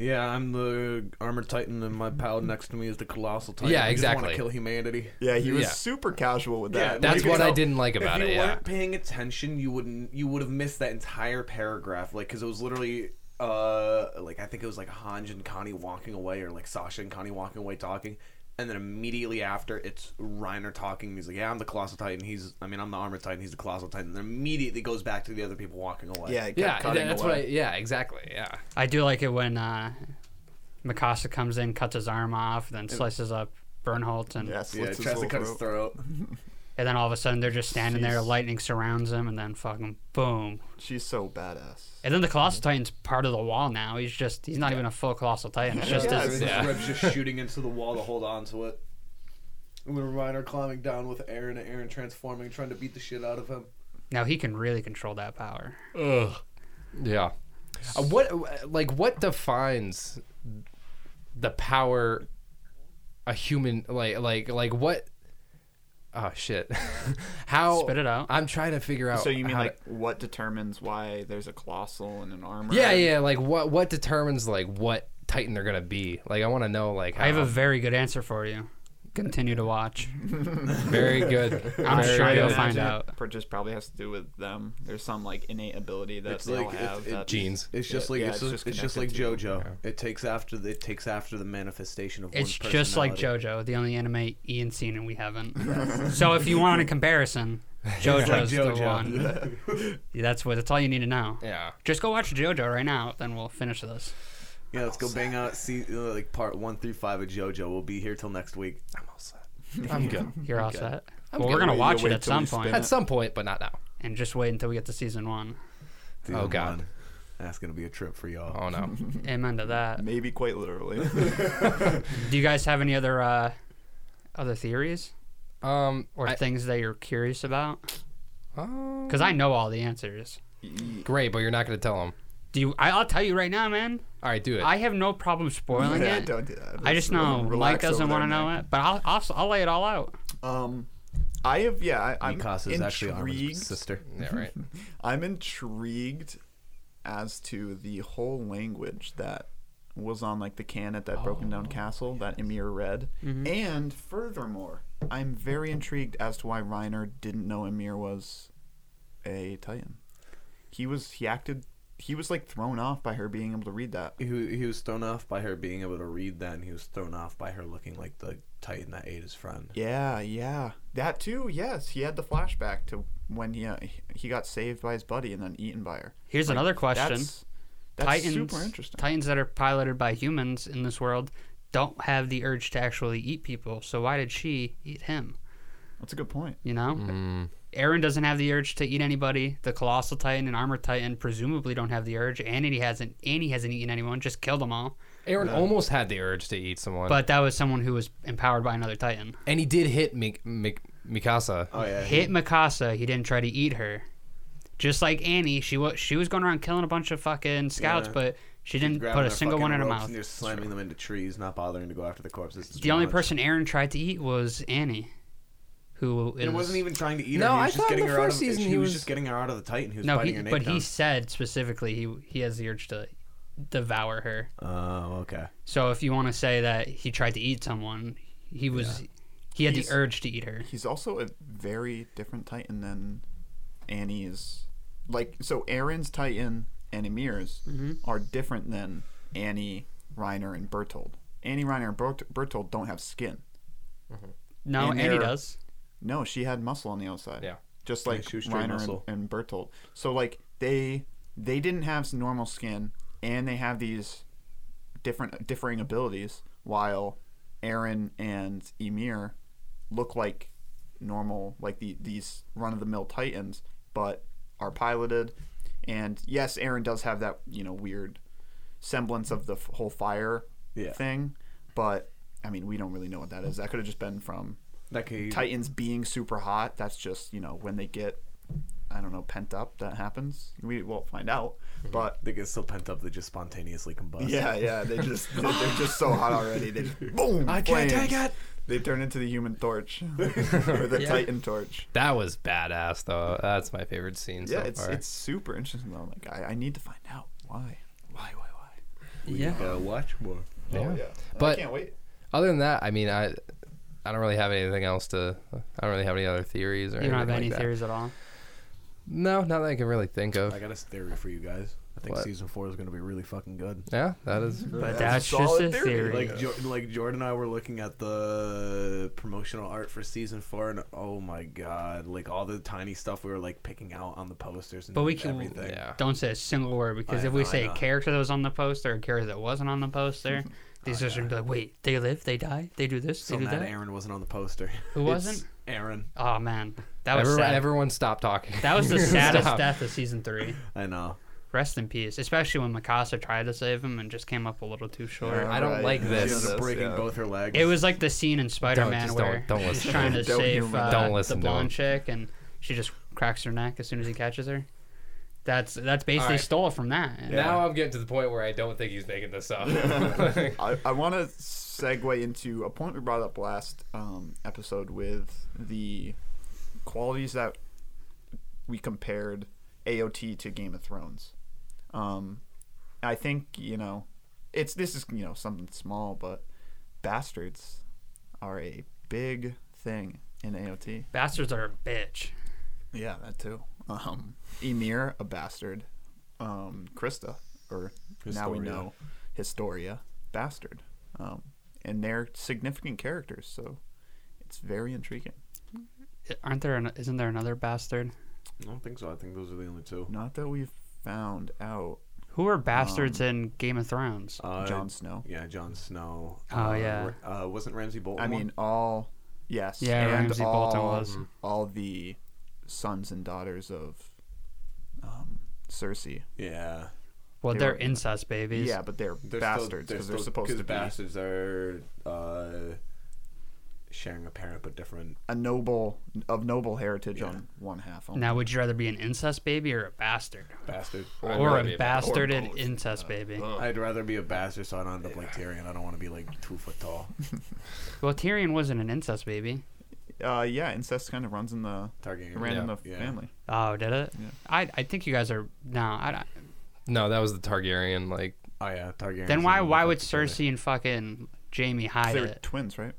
Yeah, I'm the armored titan, and my pal next to me is the colossal titan. Yeah, I just exactly. want to kill humanity. Yeah, he was Yeah. super casual with Yeah, that. like, That's you what I know, didn't like about if it. you Yeah. weren't paying attention, you wouldn't. You would have missed that entire paragraph, like because it was literally, uh, like I think it was like Hanj and Connie walking away, or like Sasha and Connie walking away talking, and then immediately after it's Reiner talking. He's like, "Yeah, I'm the colossal titan. He's, I mean, I'm the armored titan. He's the colossal titan." And then immediately goes back to the other people walking away. Yeah, it kept Yeah, cutting that's away. what I, yeah, exactly. Yeah. I do like it when uh, Mikasa comes in, cuts his arm off, then slices up Bernholt, and Yeah, slits yeah, his tries to whole cut his throat. throat. and then all of a sudden they're just standing there, Jeez. lightning surrounds him, and then fucking boom. She's so badass. And then the Colossal Mm-hmm. Titan's part of the wall now. He's just he's not even a full Colossal Titan. It's just yeah, his, his yeah. ribs just shooting into the wall to hold on to it. And then Reiner climbing down with Aaron and Aaron transforming, trying to beat the shit out of him. now he can really control that power. Ugh. Yeah. Uh, what like what defines the power a human like like like what oh shit how Spit it out. i'm trying to figure Oh, out So you mean how to- like what determines why there's a colossal and an armor? yeah yeah like what what determines like what titan they're gonna be like i want to know like how, I have a very good answer for you. Continue to watch. very good I'm very sure you'll good find out. Pr- Just probably has to do with them. There's some like innate ability that It's they all like- have. it's- it- that- genes It's just like yeah, it's, it's just, just it's just like connected JoJo. It takes after the it takes after the manifestation of It's one's just like personality. JoJo, the only anime Ian seen and we haven't. so if you want a comparison, JoJo's the one. Yeah, that's what. That's all you need to know. yeah Just go watch JoJo right now, then we'll finish this. yeah, let's go bang out see uh, like part one through five of JoJo. We'll be here till next week. i'm all set i'm good You're all Okay. set. I'm well, good. we're gonna Wait, watch you it wait at till some we point, spin at some point but not now and just wait until we get to season one. Oh, Season God. one. that's gonna be a trip for y'all. oh no Amen to that. Maybe quite literally. Do you guys have any other uh, other theories um or I- things that you're curious about? um, Because I know all the answers. great but you're not gonna tell him Do you? I, I'll tell you right now, man. all right do it I have no problem spoiling yeah, it. don't do that. I just know Mike doesn't want to know it, but I'll, I'll I'll lay it all out. it. Um, I have yeah. I, I'm Mikasa is actually Armin's intrigued. sister. yeah right I'm intrigued as to the whole language that was on like the can at that broken Oh. down castle that Emir read. Mm-hmm. And furthermore, I'm very intrigued as to why Reiner didn't know Emir was a Titan. He was he acted he was like thrown off by her being able to read that. He, he was thrown off by her being able to read that, and he was thrown off by her looking like the titan that ate his friend. Yeah, yeah. That too. Yes, he had the flashback to when he uh, he got saved by his buddy and then eaten by her. Here's another question. That's that's Titans, super interesting. Titans that are piloted by humans in this world don't have the urge to actually eat people. So why did she eat him? That's a good point. You know, Hmm. Aaron doesn't have the urge to eat anybody. The Colossal Titan and Armored Titan presumably don't have the urge, and he hasn't. And he hasn't eaten anyone. Just killed them all. Aaron almost had the urge to eat someone, But that was someone who was empowered by another Titan. and he did hit Mik- Mik- Mikasa. Oh yeah, Hit Mikasa. He didn't try to eat her. Just like Annie, she was she was going around killing a bunch of fucking scouts, Yeah. but she She's didn't grabbing put a their single one fucking in her ropes mouth. And just slamming them into trees, not bothering to go after the corpses. It's The only too much. person Aaron tried to eat was Annie, who is, And it wasn't even trying to eat her. No, he I was just thought in getting the her out first of, season he, he was was- just getting her out of the titan. He was no, biting he, her neck but down. he said specifically he he has the urge to devour her. Oh, okay. So if you want to say that he tried to eat someone, he was he had He's- the urge to eat her. He's also a very different Titan than Annie is. Like, so Aaron's Titan and Emir's Mm-hmm. are different than Annie, Reiner, and Bertold. Annie, Reiner, and Bert- Bertold don't have skin. No, And Annie they're- does. No, she had muscle on the outside. Yeah. Just Yeah, like she was straight Reiner muscle. and, and Bertold. So, like, they they didn't have normal skin, and they have these different differing abilities, while Aaron and Emir look like normal, like the, these run of the mill Titans, but are piloted. And yes, Aaron does have that, you know, weird semblance of the f- whole fire Yeah. thing, but I mean, we don't really know what that is. That could have just been from That could Titans being super hot. That's just you know when they get, I don't know, pent up. That happens. We won't find out. Mm-hmm. But They get so pent up they just spontaneously combust. yeah, yeah, they just they're, they're just so hot already. They just boom. I can't take flames. it. They turn into the human torch or the Titan torch. That was badass, though. That's my favorite scene Yeah, so it's far. it's super interesting though. Like I, I need to find out why, why, why, why. We Yeah. gotta watch more. oh, Yeah. But I But- can't wait. Other than that, I mean, I I don't really have anything else to. I don't really have any other theories or You anything don't have any like that. theories at all. No, not that I can really think of. I got a theory for you guys. I think What? season four is gonna be really fucking good. Yeah, that is. But a that's, just solid a theory. theory. Like, jo- like Jordan and I were looking at the promotional art for season four, and oh my god, like all the tiny stuff we were like picking out on the posters and But we can- everything. Yeah. don't say a single word because I if we know, I say a know. character that was on the poster or a character that wasn't on the poster, these are just gonna be like, wait, they live, they die, they do this, So they do mad that. Aaron wasn't on the poster. Who wasn't? Aaron, Oh man, that was Everyone, sad. everyone stop talking. that was the saddest Stop. death of season three. I know. Rest in peace. Especially when Mikasa tried to save him and just came up a little too short. Yeah. I don't Right. like She Yes, ended this. Yeah. up breaking yeah. both her legs. It was like the scene in Spider Man just where don't- don't he's listen. trying to Don't save humor. uh, Don't listen the to him. blonde chick, and she just cracks her neck as soon as he catches her. That's that's basically Alright. stole from that. Now I'm getting to the point where I don't think he's making this up. I, I want to segue into a point we brought up last um, episode with the qualities that we compared AOT to Game of Thrones. Um, I think you know, it's this is you know something small, but bastards are a big thing in AOT. Bastards are a bitch. Yeah, that too. Um, Emir, a bastard. Um, Krista, or now we Historia. know Historia, bastard. Um, and they're significant characters, so it's very intriguing. Aren't there? An, isn't there another bastard? I don't think so. I think those are the only two. Not that we've found out Who are bastards Um, in Game of Thrones? Uh, Jon Snow. Yeah, Jon Snow. Oh, Uh, yeah. Ra- Uh, wasn't Ramsey Bolton? I one? Hmm. mean, all yes, Yeah, and Ramsay all, Bolton was. all the sons and daughters of um, Cersei. yeah. well, they they're were- incest babies. yeah, but they're, They're still- bastards because they're, still- supposed 'cause to be Bastards are uh, sharing a parent, but different. a noble of noble heritage Yeah. on one half. Only. Now, would you rather be an incest baby or a bastard, Bastard. I'd or rather a be a bastard. bastarded incest baby? I'd rather be a bastard, so I don't end up like Tyrion. I don't want to be like two foot tall. Well, Tyrion wasn't an incest baby. Uh, yeah, incest kind of runs in the Targaryen. ran in Yeah. the Yeah. family. Oh, did it? Yeah. I I think you guys are no. I don't. no, that was the Targaryen. Like, Oh yeah, Targaryen. Then why why would Cersei and fucking Jamie hide They're it? twins, right?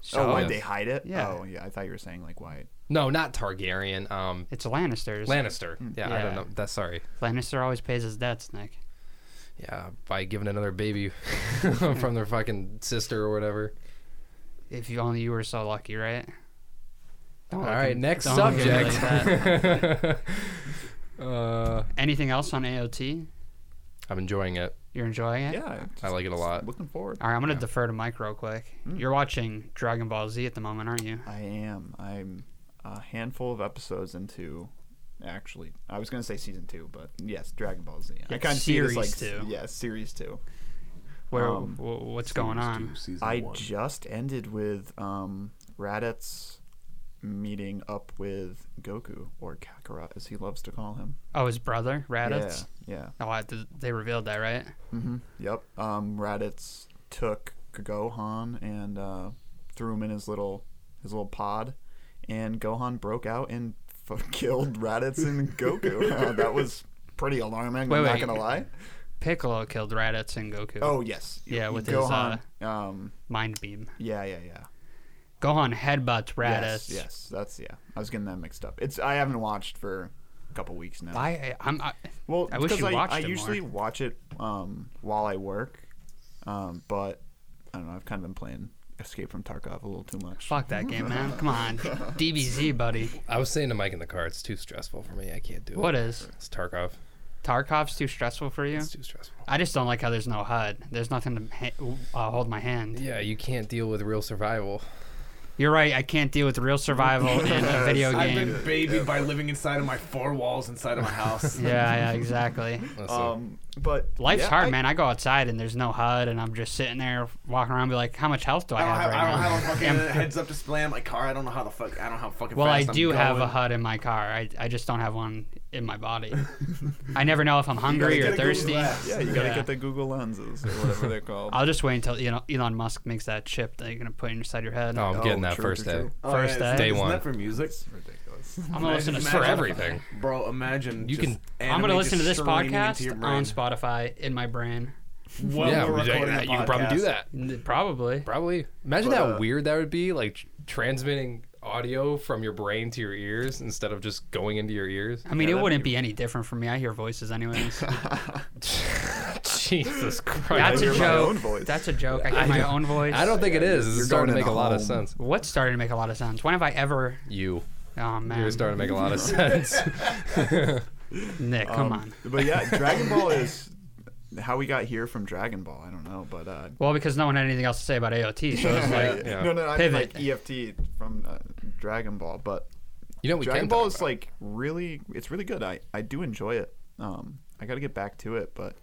So oh, why yeah. they hide it? Yeah. Oh, yeah. I thought you were saying like why. no, not Targaryen. Um, it's Lannisters. Lannister. Hmm. Yeah, I Yeah. don't know. That's sorry. Lannister always pays his debts, Nick. Yeah, by giving another baby from their fucking sister or whatever. If you only you were so lucky, right? Don't All look right, at- next don't look at me like subject. that. uh, Anything else on AOT? I'm enjoying it. You're enjoying it? Yeah, just- I like it a just lot. Looking forward. All right, I'm gonna defer to Mike real quick. Hmm. You're watching Dragon Ball Z at the moment, aren't you? I am. I'm a handful of episodes into. Actually, I was gonna say season two, but yes, Dragon Ball Z. I Yeah, kind of see it as, like series two. Yeah, series two. Where Um, wh- what's going on? I just ended with um, Raditz meeting up with Goku or Kakarot, as he loves to call him. Oh, his brother Raditz. Yeah, yeah. Oh, I, th- they revealed that, right? hmm Yep. Um, Raditz took Gohan and uh, threw him in his little his little pod, and Gohan broke out and f- killed Raditz and Goku. Uh, that was pretty alarming. Wait, I'm not wait. gonna lie. Piccolo killed Raditz and Goku. Oh yes. Yeah, with his, uh, Gohan. um. mind beam. Yeah, yeah, yeah. Gohan headbutts Raditz. Yes, yes. That's yeah. I was getting that mixed up. It's I haven't watched for a couple weeks now. I, I I'm I, Well, I wish because you I, watched I it more. usually watch it um, while I work, um, but I don't know. I've kind of been playing Escape from Tarkov a little too much. fuck that game, man. Come on, DBZ, buddy. I was saying to Mike in the car, it's too stressful for me. I can't do it. What is It's Tarkov. Tarkov's too stressful for you? It's too stressful. I just don't like how there's no HUD. There's nothing to ha- uh, hold my hand. Yeah, you can't deal with real survival. You're right. I can't deal with real survival in a video I've game. been babied by living inside of my four walls inside of my house. Yeah, yeah, exactly. Listen, Um, but Life's yeah, hard, I- man. I go outside and there's no HUD, and I'm just sitting there walking around, and be like, how much health do I, I don't have have, right I don't now? have a fucking Am- heads up display on my car. I don't know how the fuck. I don't have fucking. well, I fast I'm do have a going. HUD in my car. I, I just don't have one in my body. I never know if I'm hungry get or a Google thirsty. Glass. Yeah, you gotta Yeah. get the Google lenses or whatever they're called. I'll just wait until you know Elon Musk makes that chip that you're gonna put inside your head. oh, I'm getting oh, that true, first true, day. true. Oh, First yeah, day. Day isn't one. that for music? It's ridiculous. I'm gonna listen to Imagine- for Spotify. everything. Bro, imagine You just can- I'm anime gonna listen to this just streaming into podcast your on brain. Spotify in my brain. What yeah, we're we- recording yeah, the you could probably do podcast. that. N- Probably. Probably. Imagine But, how uh, weird that would be, like tr- transmitting audio from your brain to your ears instead of just going into your ears. I mean, Yeah, it that'd wouldn't be any different for me. I hear voices anyways. Jesus That's Christ. a hear my own joke. voice. That's a joke. I hear my don't- own voice. I don't think it is. This You're is starting to going make a into lot of home. sense. What's starting to make a lot of sense? When have I ever? You. Oh man, You're starting to make a lot of sense. Nick, Um, come on. But yeah, Dragon Ball is how we got here from Dragon Ball. I don't know, but uh, Well, because no one had anything else to say about AOT, so it's like, yeah. no, no, I mean Pivot. like EFT from uh, Dragon Ball, but You know, we Dragon can Ball talk is about it. like really, it's really good. I I do enjoy it. Um, I got to get back to it, but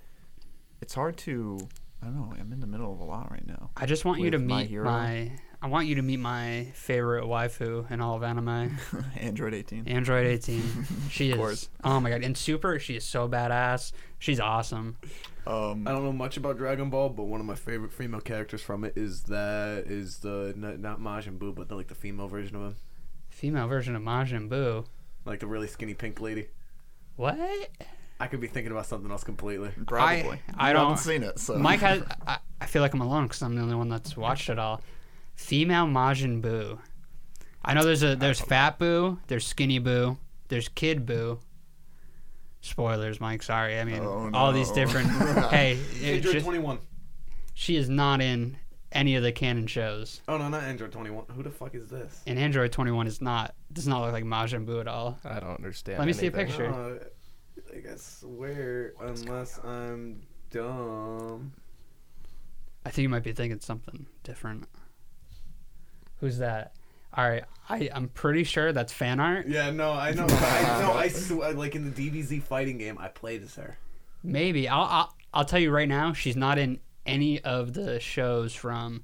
it's hard to. I don't know. I'm in the middle of a lot right now. I just want you to With My meet my, Hero. I want you to meet my favorite waifu in all of anime, Android 18. Android 18. She is. course. Oh my god, in Super, she is so badass. She's awesome. Um, I don't know much about Dragon Ball, but one of my favorite female characters from it is that is the not, not Majin Buu, but the, like the female version of him, Female version of Majin Buu. like the really skinny pink lady. What? I could be thinking about something else completely. probably. I You don't- haven't seen it. So Mike has. I, I feel like I'm alone because I'm the only one that's watched it all. Female Majin Buu. I know there's a there's Fat Boo, there's Skinny Boo, there's Kid Boo. Spoilers, Mike. Sorry. I mean, Oh, all these no. different. hey, it Android just, twenty one. she is not in any of the canon shows, Oh no, not Android twenty one. Who the fuck is this? and Android 21 is not does not look like Majin Buu at all. I don't understand. Let me see a anything. picture. Uh, like I swear, unless I'm dumb. I think you might be thinking something different. Who's that? All right, I I'm pretty sure that's fan art. Yeah, no, I know. I know. I swear, like in the DBZ fighting game, I played as her. Maybe I'll, I'll I'll tell you right now. She's not in any of the shows from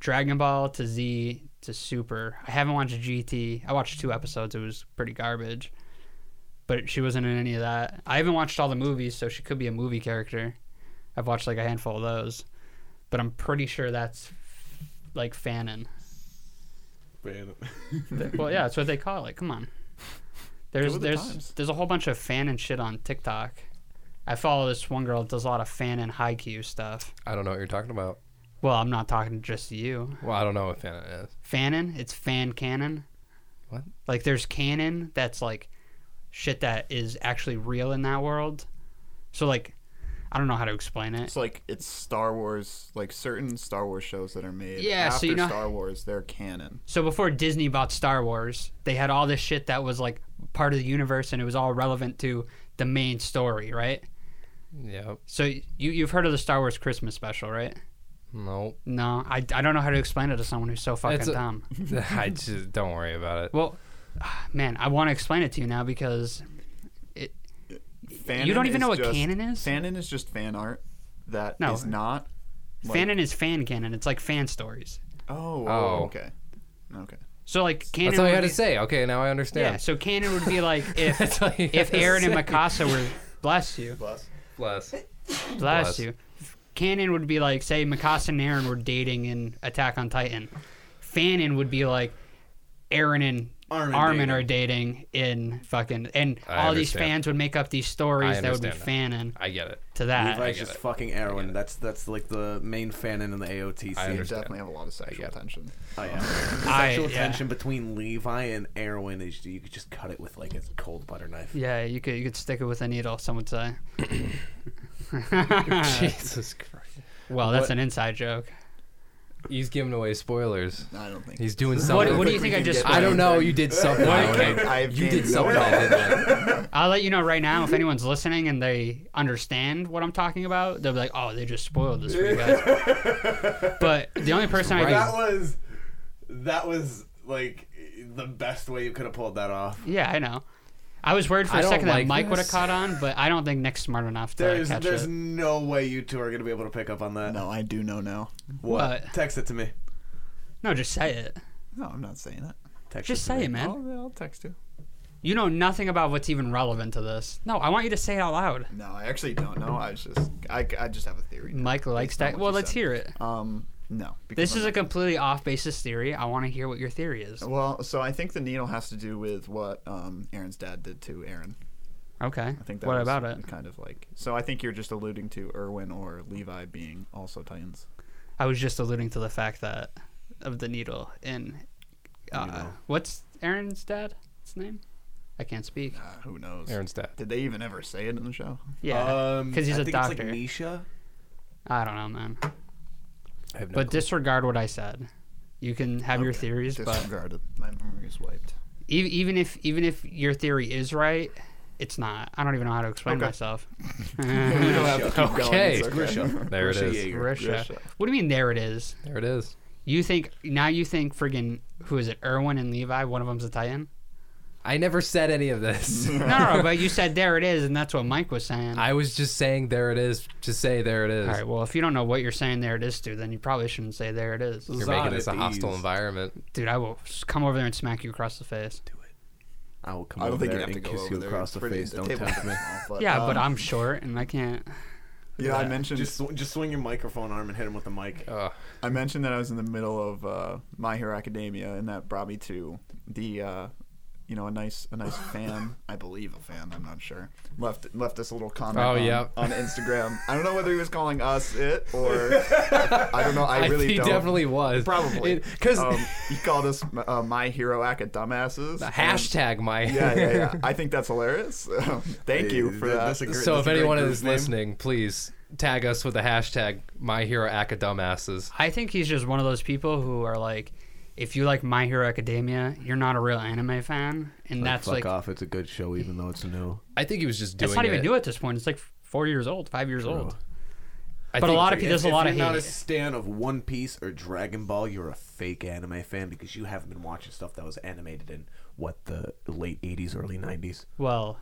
Dragon Ball to Z to Super. I haven't watched GT. I watched two episodes. It was pretty garbage, but she wasn't in any of that. I haven't watched all the movies, so she could be a movie character. I've watched like a handful of those, but I'm pretty sure that's like fanon. well, yeah, that's what they call it. Come on. There's with the there's times. there's a whole bunch of fan and shit on TikTok. I follow this one girl that does a lot of fan and haiku stuff. I don't know what you're talking about. Well, I'm not talking just to you. Well, I don't know what fan it is. Fanon, it's fan canon. What? Like there's canon that's like shit that is actually real in that world. So like I don't know how to explain it. It's like it's Star Wars, like certain Star Wars shows that are made Yeah, after so you know- Star Wars, they're canon. So before Disney bought Star Wars, they had all this shit that was like part of the universe and it was all relevant to the main story, right? Yep. So you you've heard of the Star Wars Christmas special, right? Nope. No, I, I don't know how to explain it to someone who's so fucking It's a- dumb. I just don't worry about it. Well, ah, man, I want to explain it to you now because Fanon you don't even is know what just- canon is. Fanon is just fan art that is No. not. like- Fanon is fan canon. It's like fan stories. Oh, Oh. okay, okay. So like canon. That's all you would had to be- say. Okay, now I Yeah. understand. So canon would be like if That's all you had if to Aaron and say. Mikasa were bless you, Bless. bless, Bless. you. Canon would be like say Mikasa and Aaron were dating in Attack on Titan. Fanon would be like Aaron and Armin Armin dating. are dating in fucking and I all these understand. fans would make up these stories that would be understand Fanon I get it. to that. Levi's get just it. fucking get Erwin. it. That's that's like the main fanon in the AOTC. I You understand. definitely have a lot of sexual get it. tension. Oh yeah. The I- sexual yeah. tension between Levi and Erwin is you could just cut it with like a cold butter knife. Yeah, you could you could stick it with a needle. Some would say. Uh, Jesus Christ. well, that's What- an inside joke. He's giving away spoilers. I don't think. He's doing What, something. what do think you we think I can just? get I don't know. You did something. I Okay. don't- I've You gained did something. no- I didn't. I'll let you know right now if anyone's listening and they understand what I'm talking about. They'll be like, "Oh, they just spoiled this for you guys." but the only person I That can, was that was like the best way you could have pulled that off. yeah, I know. I was worried for I a don't second that like Mike would have this. caught on, but I don't think Nick's smart enough to There's catch there's it. no way you two are gonna be able to pick up on that. No, I do know now. What? What? Text it to me. No, just say it. No, I'm not saying that. Oh, Text Just it to say me. it, man. I'll, I'll text you. You know nothing about what's even relevant to this. No, I want you to say it out loud. No, I actually don't know. I was just, I, I just have a theory. Mike likes on that. what Well, you let's said. hear it. Um, no. because This I'm is a not- completely off basis theory. I want to hear what your theory is. Well, so I think the needle has to do with what um, Aaron's dad did to Aaron. Okay. I think that what was about it? kind of like so I think you're just alluding to Irwin or Levi being also Titans. I was just alluding to the fact that of the needle and uh, Needle. what's Aaron's dad's name? I can't speak. Uh, who knows? Aaron's dad. Did they even ever say it in the show? Yeah, Um, because he's I a think doctor. It's like Misha. I don't know, man. I have no but clue. disregard what I said. You can have your Okay. theories, but Disregarded. My memory is wiped. e- even if even if your theory is right, it's not. I don't even know how to explain Okay. myself. we don't have to keep going. Okay. It's Grisha. There it Grisha is. Yeager. Russia. Russia. What do you mean? There it is. There it is. You think now? You think friggin' who is it? Irwin and Levi. One of them's a Titan. I never said any of this. No, no, no, but you said there it is, and that's what Mike was saying. I was just saying there it is to say there it is. All right. Well, if you don't know what you're saying, there it is, dude. Then you probably shouldn't say there it is, You're Zod making this a at hostile ease. environment. dude. I will s- come over there and smack you across the face. I will come I don't over think there you'd have to and go kiss over you there. across the Pretty- face. Don't table's tempt me. small, but, Yeah, but um, I'm short and I can't. Yeah, I Yeah. mentioned Just, sw- just swing your microphone arm and hit him with the mic. Ugh. I mentioned that I was in the middle of uh, My Hero Academia, and that brought me to the, uh, you know, a nice a nice fan, I believe a fan, I'm not sure, left left us a little comment. Oh, on, yeah. on Instagram. I don't know whether he was calling us it or I don't know. I really he don't. definitely was probably because um, he called us uh, My Hero Act dumbasses. the and- hashtag my Yeah, yeah, yeah. I think that's hilarious. Thank you Hey, for th- that. that's a gr- So if that's a great anyone group is name. listening, please tag us with the hashtag my hero dumbasses. I think he's just one of those people who are like, if you like My Hero Academia, you're not a real anime fan, and that's fuck like off. It's a good show, even though it's new. I think he was just doing it's not even it. new at this point. It's like four years old, five years old. I but a think- lot of people, there's if, a lot if of you're not hate. a stan of One Piece or Dragon Ball, you're a fake anime fan because you haven't been watching stuff that was animated in what the late '80s, early '90s. Well,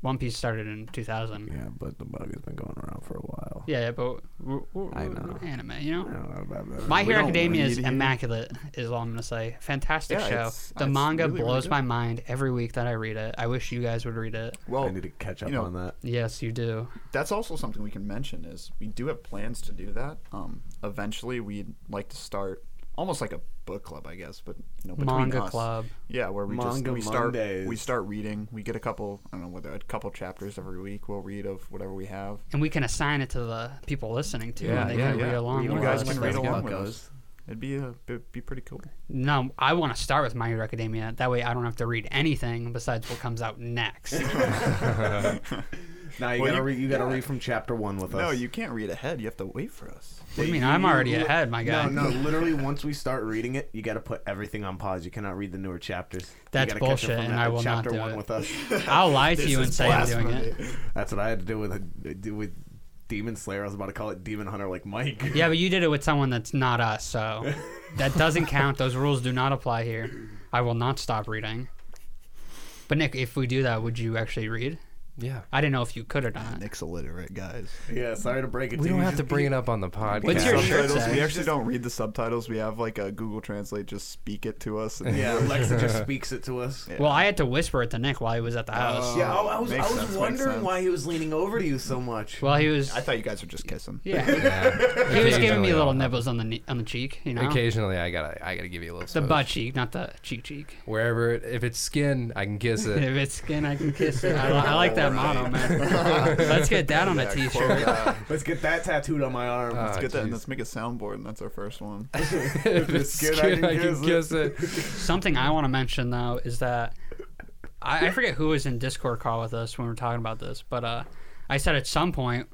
One Piece started in 2000. Yeah, Yeah, but the bug has been going around for a while. yeah, but we're, we're, I we're know. anime, you know. I don't know about that. My We Hero don't Academia is need you. immaculate, is all I'm gonna say. Fantastic Yeah, show. it's- the it's manga really, really blows good. my mind every week that I read it. I wish you guys would read it. well, I need to catch up you know, on that. Yes, you do. that's also something we can mention is we do have plans to do that. Um, eventually, we'd like to start almost like a book club, I guess, but you know, between Manga us. club. Yeah, where we Manga just we start Mondays. we start reading. We get a couple, I don't know, whether a couple chapters every week. We'll read of whatever we have. And we can assign it to the people listening to, and they can read along. You with guys us. can Let's read go, along with guys. us. It'd be a, it'd be pretty cool. No, I want to start with My Hero Academia. That way, I don't have to read anything besides what comes out next. Now you Well, gotta you- read. You gotta read from chapter one with us. No, you can't read ahead. You have to wait for us. What do you mean? I'm already ahead, my guy. No, no. Literally, once we start reading it, you got to put everything on pause. You cannot read the newer chapters. You That's gotta catch up bullshit, from and that I will not chapter do one it. with us. I'll lie to This you and is say I'm doing it. blasphemy. That's what I had to do with a, do with Demon Slayer. I was about to call it Demon Hunter, like Mike. Yeah, but you did it with someone that's not us, so that doesn't count. Those rules do not apply here. I will not stop reading. But Nick, if we do that, would you actually read? Yeah. I didn't know if you could or not. Nick's illiterate, guys. Yeah, sorry to break it. We to don't you. have to Just bring it up on the podcast. What's your shirt subtitles. say? We actually don't read the subtitles. We have like a Google Translate just speak it to us. And be- Yeah, Alexa just speaks it to us. Yeah, Well, I had to whisper it to Nick while he was at the house. I, I was, Oh, Makes I was sense, makes wondering sense. why he was leaning over to you so much. Well, he was. I thought you guys were just kissing. yeah, Yeah. he was giving Occasionally me little I'll- nibbles on the knee- on the cheek. You know, Occasionally, I gotta, I gotta give you a little. the smooch. butt cheek, not the cheek cheek. Wherever, it, if it's skin, I can kiss And it. if it's skin, I can kiss it. I, li- I like that motto, man. Let's get that on a Yeah, quote, t-shirt. uh, Let's get that tattooed on my arm. Ah, Let's get that. jeez. And let's make a soundboard, and that's our first one. if it's skin, I skin, can I can kiss kiss it. Something I want to mention though is that I, I forget who was in Discord call with us when we were talking about this, but uh, I said at some point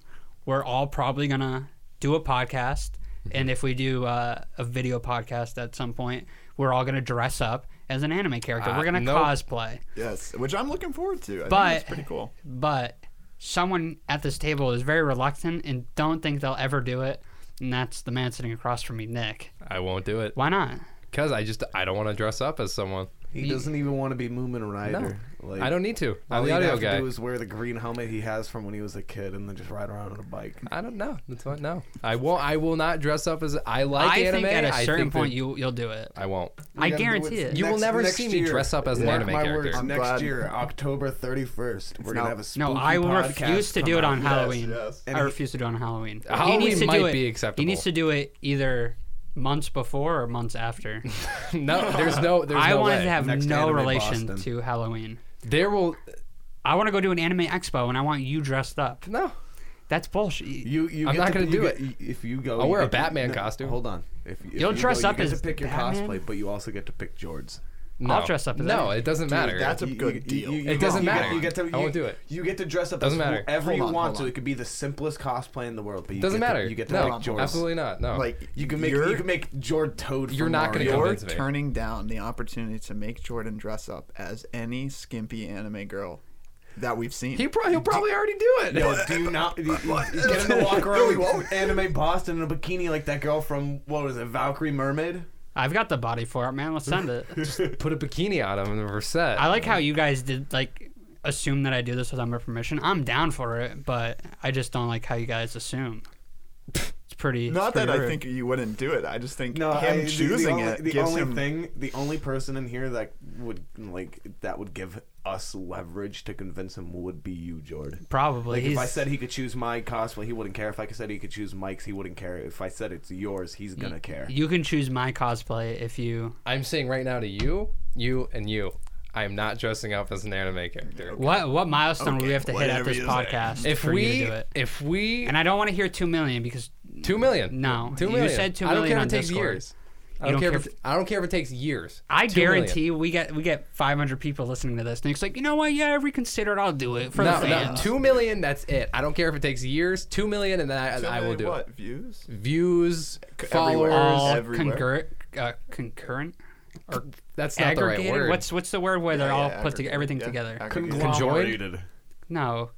we're all probably gonna do a podcast, and if we do uh, a video podcast at some point, we're all gonna dress up as an anime character. Uh, we're gonna nope. cosplay, Yes, which I'm looking forward to. I think But- that's pretty cool. but someone at this table is very reluctant and don't think they'll ever do it, and that's the man sitting across from me, Nick. I won't do it Why not? because I just, I don't want to dress up as someone. he doesn't even want to be Moomin Rider. Like, I don't need to. I'm All the he'd audio have to guy. do is wear the green helmet he has from when he was a kid, and then just ride around on a bike. I don't know. That's what. No, I won't. I will not dress up as. I like I anime. think at I a certain think that- point you you'll do it. I won't. I guarantee it. You will never see me dress up as an anime character. I'm next glad- year, October 31st, we're gonna not- have a spooky No, I will podcast refuse to come do it out. on Halloween. yes. And I he- refuse to do it on Halloween. Halloween he needs to might do it, be acceptable. He needs to do it either months before or months after. no, there's no. There's I no wanted way. to have Next no anime relation Boston. to Halloween. There will. I want to go do an anime expo and I want you dressed up. No. That's bullshit. You, you I'm get not gonna you do get- it. you- If you go, I'll you wear a get to- Batman no, costume. Hold on. If, if You'll you dress go, up you get as to pick your Batman? cosplay, but you also get to pick Jords. No. I'll dress up as No, that. it doesn't matter. that's a You- good you- deal. you- you It get- doesn't you get- matter. You get to, I you, won't do it. You get to dress up. Doesn't as matter. Whoever Hold you on, want hold to. on. It could be the simplest cosplay in the world, but you Doesn't get to- matter. you get to no, pick Jords. absolutely not. No. Like Oh. You can make You're- you can make Jord Toad. You're from not gonna Mario. go You're convince me. turning down the opportunity to make Jordan dress up as any skimpy anime girl that we've seen. he probably he'll probably already do it. Yo, do you not do you, you get him to walk around with anime Boston in a bikini like that girl from what was it, Valkyrie Mermaid? I've got the body for it, man. Let's send it. Put a bikini on him and we're set. I like how you guys did like assume that I do this without my permission. I'm down for it, but I just don't like how you guys assume. It's pretty. Not it's that pretty I rude. think you wouldn't do it. I just think No, I- him the- the choosing only- it The gives only him. thing, the only person in here that would like that would give us leverage to convince him would be you, Jord. probably Like he's if I said he could choose my cosplay, he wouldn't care. If I said he could choose Mike's, he wouldn't care. If I said it's yours, he's gonna care. you can choose my cosplay if you. I'm saying right now to you, you and you, I am not dressing up as an anime character. What what milestone would we Okay, have to hit at whatever this you say. podcast If for we you to do it? if we And I don't want to hear two million because two million. No, Two you million. said two I don't million care if on it takes Discord. years. I don't, You don't care care if it, I don't care if it takes years. I Two million. guarantee we get we get 500 people listening to this. And it's like, you know what? Yeah, reconsider it. I'll do it for the No, no, fans. two million. That's it. I don't care if it takes years. Two million, and then I, I will do what it. views? Views, everywhere. followers. All everywhere. concurrent, uh, concurrent, or That's not the aggregated. right word. What's what's the word where they're Yeah, all yeah, put aggregate, together, everything yeah, together? aggregate. Conglom- No,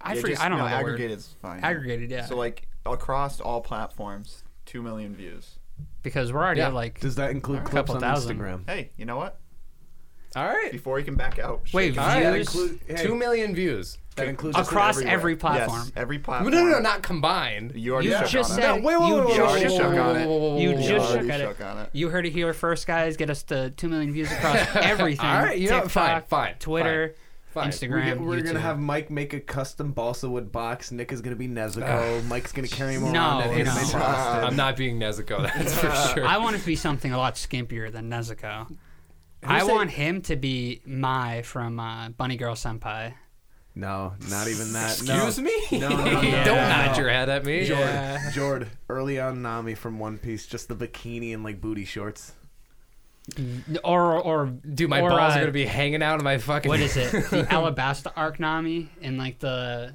I Yeah, forget. just- I don't no, know. the word. Aggregated is fine. Aggregated, yeah. So like across all platforms, two million views. because we're already Yeah. at like. Does that include clips Couple on thousand. Instagram? Hey, you know what? All right. Before he can back out, Wait, shake All it. right. Views? include- hey. Two million views. That includes Across everywhere. every platform. Yes, every No, platform. no, no, not combined. You already You shook just on said- it. wait, wait, wait, wait, wait, wait, wait, Oh, You whoa, just uh, whoa. shook, at Already it. shook on it. You heard it here first, guys. Get us to two million views across everything. All right, you know, TikTok, fine, fine, Twitter, fine. Instagram. We're, gonna- we're YouTube. gonna have Mike make a custom balsa wood box. Nick is gonna be Nezuko. Mike's gonna carry him around. No, and no. Anime Boston. I'm not being Nezuko. That's for sure. I want it to be something a lot skimpier than Nezuko. I Who's that- want him to be Mai from uh, Bunny Girl Senpai. No, not even that. Excuse no. me. No, no, no, Yeah. Don't no, nod no. your head at me. Jord, Yeah. Jord, early on Nami from One Piece, just the bikini and like booty shorts. Or or Dude, my or, balls uh, are gonna be hanging out of my fucking. What is it? The Alabasta Arc Nami and like the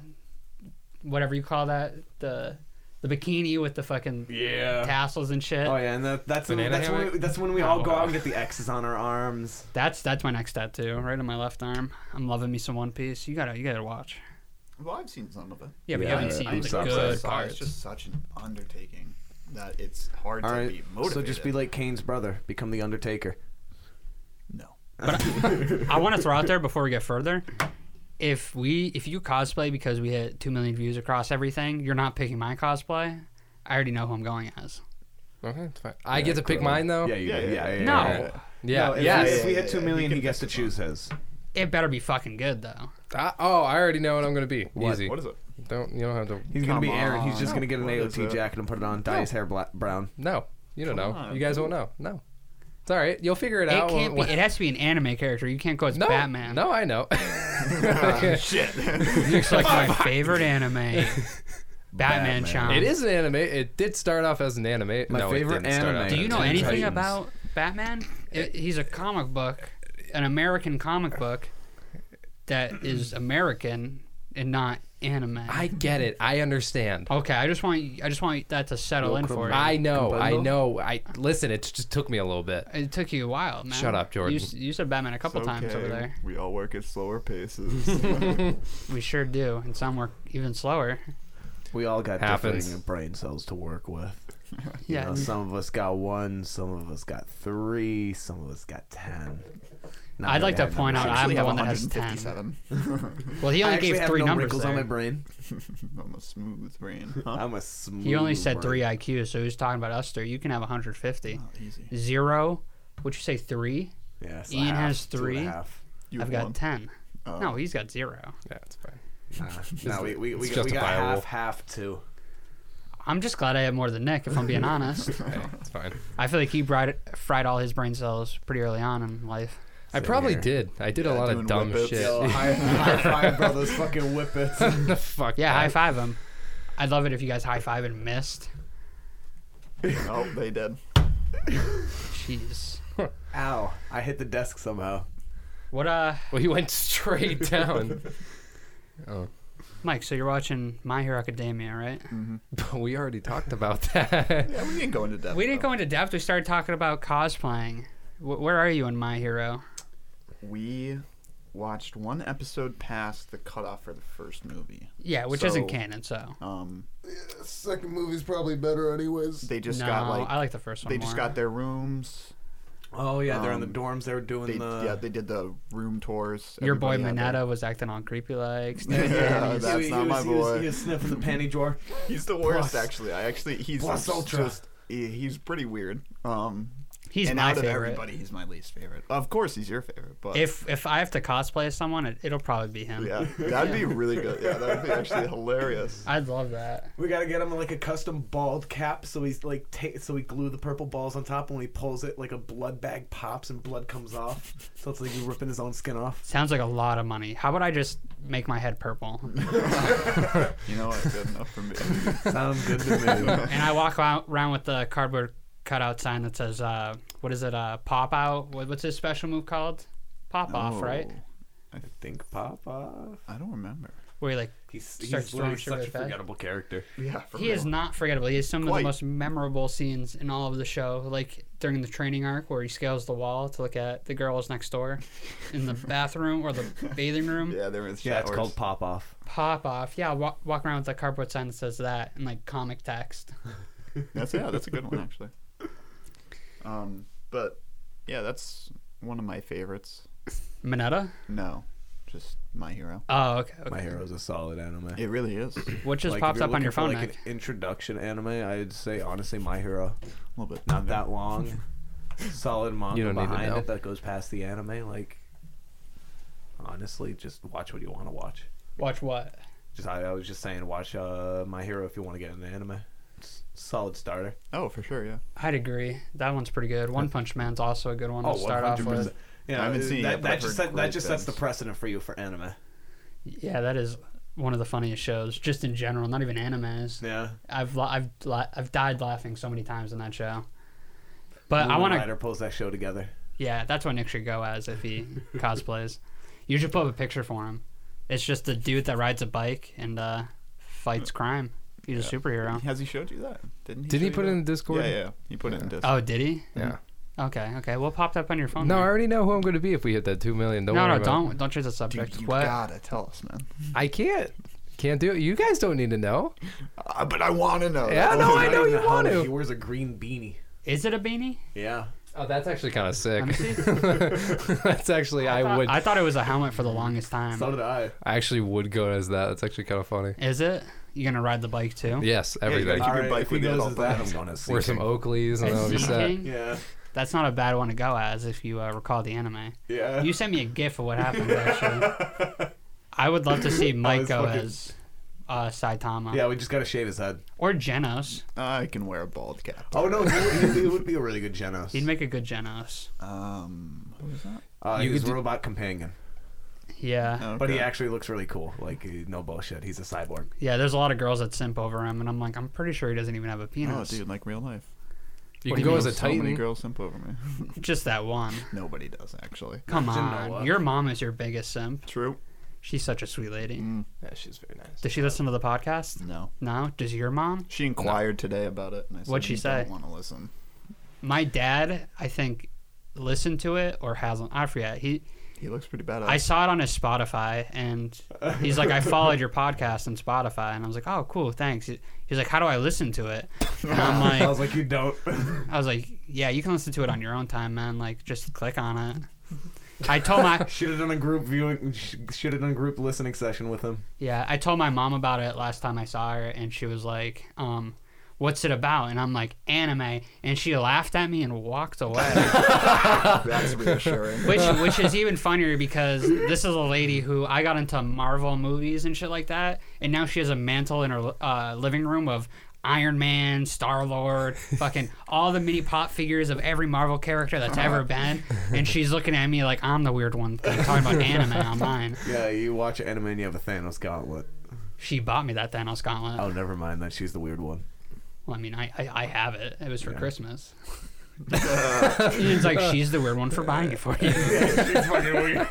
whatever you call that the the bikini with the fucking Yeah. tassels and shit. Oh yeah, and that, that's when, Banana that's when hammock? we, that's when we Oh, all go wow. out and get the X's on our arms. That's that's my next tattoo, right on my left arm. I'm loving me some One Piece. You gotta you gotta watch. Well, I've seen some of it. Yeah, but Yeah, you haven't yeah, seen I'm the so good obsessed. Sorry, It's parts. just such an undertaking that it's hard All to right, be motivated. so just be like Kane's brother, become the Undertaker. no. I want to throw out there before we get further. If we, if you cosplay because we hit two million views across everything, you're not picking my cosplay. I already know who I'm going as. Okay, it's fine. I get to pick mine though. Yeah, you, Yeah, yeah, yeah, yeah, yeah, yeah. No, yeah. Yeah. No, if, yes. we, if we Yeah, hit two yeah, million, he he can gets to choose his. it better be fucking good though. I- oh, I already know what I'm gonna be. Easy. What is it? Don't you don't have to. He's gonna Come be Aaron. He's just on. gonna get an What is AOT it? jacket and put it on, dye his hair black, brown. No, you don't Come know. on. You guys won't know. No, it's all right. You'll figure it, It out. can't be. when- It has to be an anime character. You can't go as no, Batman. No, I know. Shit. it's like my favorite anime, Batman Batman. Chan. it is an anime. It did start off as an anime. My no, favorite it didn't start anime. off Do you as know an Teen anything Titans. about Batman? It, he's a comic book, an American comic book that is American and not anime. I get it. I understand. Okay, I just want you- I just want that to settle Little in for you. crumb- I know. I Bundle? know. I listen. It just took me a little bit. It took you a while, man. Shut up, Jordan. You, s- you said Batman a couple times over there. We all work at slower paces. We sure do, and some work even slower. We all got Happens. different brain cells to work with. You Yeah. know, some of us got one, some of us got three, some of us got ten. Not I'd that like I to have point out numbers. I'm Actually the have one that has ten. 157. Well, he I only actually gave have three no numbers wrinkles there. on my brain. I'm a smooth brain. Huh? I'm a smooth. He only said three brain. IQ, so he was talking about us three. You can have 150. Easy. Zero. Would you say three? Yes, Ian a half, has two and a three. half. You I've have got one. ten. Oh. No, he's got zero. Yeah, it's fine. No, we, we, we, It's got, we got justifiable. half, half, two. I'm just glad I have more than Nick, if I'm being honest. Okay, it's fine. I feel like he fried, fried all his brain cells pretty early on in life. I probably did. I did a lot doing of dumb whip-ups. shit. Yo, high, high five, bro. Those fucking whippets. Fuck Yeah, that. high five him. I'd love it if you guys high five and missed. Oh, they did. Jeez. Ow! I hit the desk somehow. What uh, Well, he went straight down. Mike? So you're watching My Hero Academia, right? Mm. but we already talked about that. Yeah, we didn't go into depth. We didn't though. go into depth. We started talking about cosplaying. Wh- where are you in My Hero? We watched one episode past the cutoff for the first movie. Yeah, which isn't So- canon. So Um, Second movie's probably better, anyways. they just no, got like, I like the first one. they just more. got their rooms. Oh yeah, they're in the Um, dorms. They were doing They the yeah, they did the room tours. Your boy Everybody had their- Mineta was acting all creepy like. Yeah, He- that's he not my was- he was- boy. He was sniffing the panty drawer. He's the worst, Plus- actually. I actually he's plus just, ultra. he- he's pretty weird. Um, He's and my out favorite. of everybody, he's my least favorite. Of course, he's your favorite, but If if I have to cosplay as someone, it, it'll probably be him. yeah, that'd be really good. Yeah, that'd be actually hilarious. I'd love that. We gotta get him like a custom bald cap, so he's like, ta- so we glue the purple balls on top. And when he pulls it, like a blood bag pops and blood comes off. So it's like he's ripping his own skin off. Sounds like a lot of money. How about I just make my head purple You know, what? good enough for me. Sounds good to me. and I walk out, around with the cardboard cutout sign that says, uh, "What is it? Uh, pop out? What, what's his special move called? Pop off, right? Oh, I think Papa. I don't remember. Where he like He's, Starts he's throwing literally shit such a really fast. forgettable character. Yeah, for he is not forgettable. He has some of Quite. the most memorable scenes in all of the show, like during the training arc where he scales the wall to look at the girls next door in the bathroom or the bathing room. Yeah, there is. Yeah, it's showers. called Pop Off. Pop off. Yeah, walk, walk around with a cardboard sign that says that in like comic text. That's yeah, that's a good one actually. Um, but yeah, that's one of my favorites. Mineta? No, just my hero. Oh, okay. okay. My Hero's a solid anime. It really is a What just Like, if pops you're up on your looking for, phone, like Nick? an introduction anime, I'd say honestly My Hero. little bit. Not that long. solid manga You don't even behind know. it that goes past the anime. Like, honestly, just watch what you want to watch. Watch what? Just I, I was just saying, watch uh, My Hero if you want to get into anime. It's a solid starter. Oh, for sure. Yeah. I'd agree. That one's pretty good. One Punch Man's also a good Oh, one to start off with. Yeah, I haven't seen it that, yet, but that I've heard just set, that great just sets the things. precedent for you for anime. Yeah, that is one of the funniest shows, just in general, not even animes. Yeah, I've la- I've la- I've died laughing so many times in that show. But I want to. Writer pulls that show together. Yeah, that's what Nick should go as if he cosplays. You should put up a picture for him. It's just the dude that rides a bike and uh, fights crime. He's a superhero. Has he showed you that? Didn't he? Did he show put you it in that? Discord? Yeah, yeah. He put it in Discord. Oh, did he? Yeah. Okay, okay. Well, popped up on your phone. No, I there. already know who I'm going to be if we hit that two million. Don't no, worry no, about don't It. don't change the Dude, subject. you what? gotta tell us, man. I can't. Can't do it. You guys don't need to know. Uh, but I want to know. Yeah, no, I know you want He to. wears a green beanie. Is it a beanie? Yeah. Oh, that's actually kind of sick. Let me see. that's actually I, thought- would. I I, thought it was a helmet for the longest time. So did I. actually would go as that. That's actually kind of funny. Is it? You gonna ride the bike too? Yes, everything. gotta All could right, bike if he with it goes all as that, day. I'm going to see. Wear some Oakleys and Is that'll be Sea set. King? Yeah. That's not a bad one to go as if you uh, recall the anime. Yeah. You sent me a gif of what happened actually. I would love to see Mike was go fucking- as uh, Saitama Yeah, we just gotta shave his head. or Genos. Oh, I can wear a bald cap. Oh no, he would, he would be a really good Genos. He'd make a good Genos. Um, who was that? uh, You he's could a do- robot companion, Yeah, Okay. but he actually looks really cool. Like he- no bullshit, he's a cyborg. yeah. There's a lot of girls that simp over him, and I'm like, I'm pretty sure he doesn't even have a Oh, penis. dude, like real life. You What can do you go mean? as a so many Titan. girls simp over me. Just that one. Nobody does actually. Come Didn't know on, what. your mom is your biggest simp. True. She's such a sweet lady. Mm. Yeah, she's very nice. Does she listen to the podcast? No. No. Does your mom? She inquired today about it, and I said, What'd she "You say?" Don't want to listen. My dad, I think, listened to it or hasn't. I forget. He He looks pretty badass. I saw it on his Spotify, and he's like, "I followed your podcast on Spotify," and I was like, "Oh, cool, thanks." He- He's like, "How do I listen to it?" And I'm I was like, like, you don't. "I was like, yeah, you can listen to it on your own time, man. Like, just click on it." I told my should have done a group viewing. sh- Should have done a group listening session with him. yeah, I told my mom about it last time I saw her, and she was like, um. What's it about? And I'm like anime, and she laughed at me and walked away. That's reassuring. which which is even funnier because this is a lady who I got into Marvel movies and shit like that, and now she has a mantle in her uh, living room of Iron Man, Star Lord, fucking all the mini pop figures of every Marvel character that's ever been, and she's looking at me like I'm the weird one like, talking about anime online. Yeah, you watch anime and you have a Thanos gauntlet. She bought me that Thanos gauntlet. Oh, never mind. That she's the weird one. Well, I mean, I, I, I have it. It was for Christmas. Ian's like, she's the weird one for buying it for you.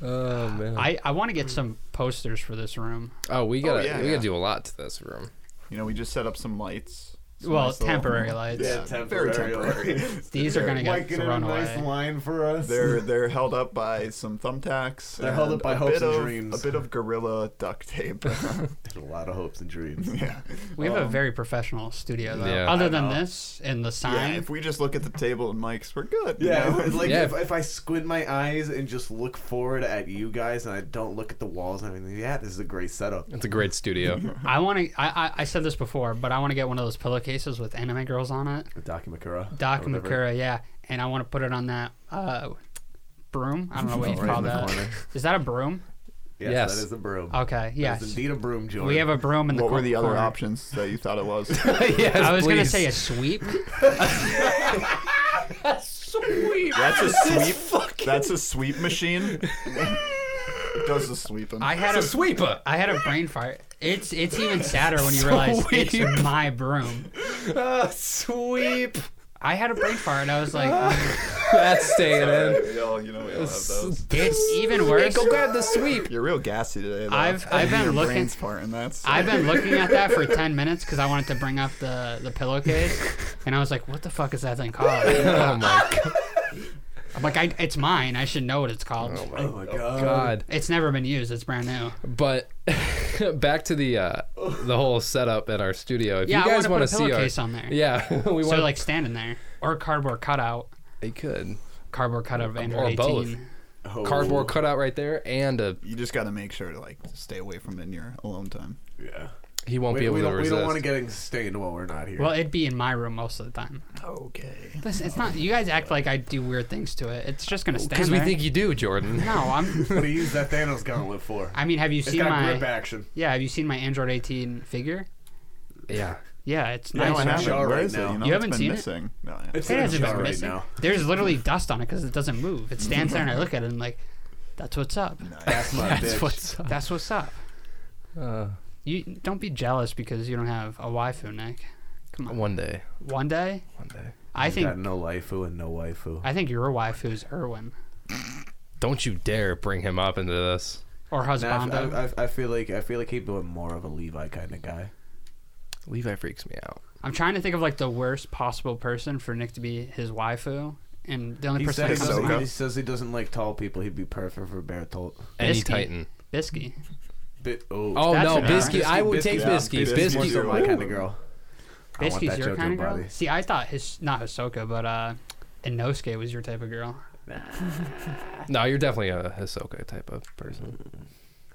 Oh man. I, I want to get some posters for this room. Oh, we gotta yeah, we yeah. gotta do a lot to this room. You know, we just set up some lights. some Well, nice little- temporary lights. Yeah, very temporary. These are gonna get thrown away. line for us. They're they're held up by some thumbtacks. They're held up by a hopes bit and of- dreams. A bit of gorilla duct tape. a lot of hopes and dreams. yeah. We Oh. have a Um, very professional studio, though. Yeah. Other I than know. this and the Yeah, sign, if we just look at the table and mics, we're good. you Yeah, know? it's like Yeah. If, if I squint my eyes and just look forward at you guys and I don't look at the walls, I mean, yeah, this is a great setup. It's a great studio. I want to. I, I I said this before, but I want to get one of those pillowcases with anime girls on it. The Documakura. Doc Makura, yeah, and I want to put it on that uh, broom. I don't know what you Oh, Right call in the that. corner. Is that a broom? Yes, Yes. that is a broom. Okay, That is yes. indeed a broom, Jordan. We have a broom in the. What were cor- the other corner. options that you thought it was? yes, I was gonna please. say a sweep. sweep. That's a sweep. That's a sweep machine. It does the sweeping. I had That's a a sweeper. I had a brain fart. It's it's even sadder when you realize it's Sweep. my broom. A sweep. I had a brain fart and I was like, That's staying in. Sorry, y'all, you know we all have those. it's even worse. Go grab the sweep. You're real gassy today. Though. I've- I've been Your looking- Brains part in that. I've been looking at that for 10 minutes because I wanted to bring up the, the pillowcase. And I was like, what the fuck is that thing called? Oh my god. I'm like, I, it's mine. I should know what it's called. Oh my god. god. It's never been used. It's brand new. But back to the uh, the whole setup at our studio. If Yeah, you I guys want to put want a to see our pillowcase on there. yeah, we So want like standing there. Or cardboard cutout. they could Cardboard cutout of Android Or 18. both. Oh, cardboard cutout right there, and uh, a, You just got to make sure to like stay away from it in your alone time. Yeah. he won't be We, able we to don't, we resist. don't want to get stained while we're not here. Well, it'd be in my room most of the time. Okay. Listen, it's not. You guys act like I do weird things to it. It's just gonna stand because we there. think you do, Jordan. no, I'm. what do you use that Thanos gauntlet for? I mean, have you It's seen got my? grip action. Yeah, have you seen my Android 18 figure? Yeah, Yeah, it's Yeah, nice. what in right? a happened? jar Where right is it? now. You, know, You it's haven't been seen it? missing. No, yeah. It's It in a hasn't jar been right missing. now. There's literally dust on it because it doesn't move. It stands there and I look at it and I'm like, that's what's up. That's my that's bitch. what's up. That's what's up. Uh, You don't be jealous because you don't have a waifu, Nick. Come on. one day, One day, one day. I Got think no waifu and no waifu. I think your waifu is Irwin Don't you dare bring him up into this. or Nah, I, Husbando. I, I- I feel like I feel like he'd be more of a Levi kind of guy. Levi freaks me out. I'm trying to think of like the worst possible person for Nick to be his waifu, and the only He person that says, comes to he, so. mind doesn't- he says he doesn't like tall people. He'd be perfect for Bertolt. Any Bisky. Titan. Bisky. Bit, oh, Oh That's no, an Bisky. alright. I would Bisky- take yeah, Bisky. Bisky. Bisky. Bisky's are my kind of girl. I want Bisky's that your JoJo kind of girl. body. See, I thought his not Hisoka, but uh, Inosuke was your type of girl. No, you're definitely a Hisoka type of person.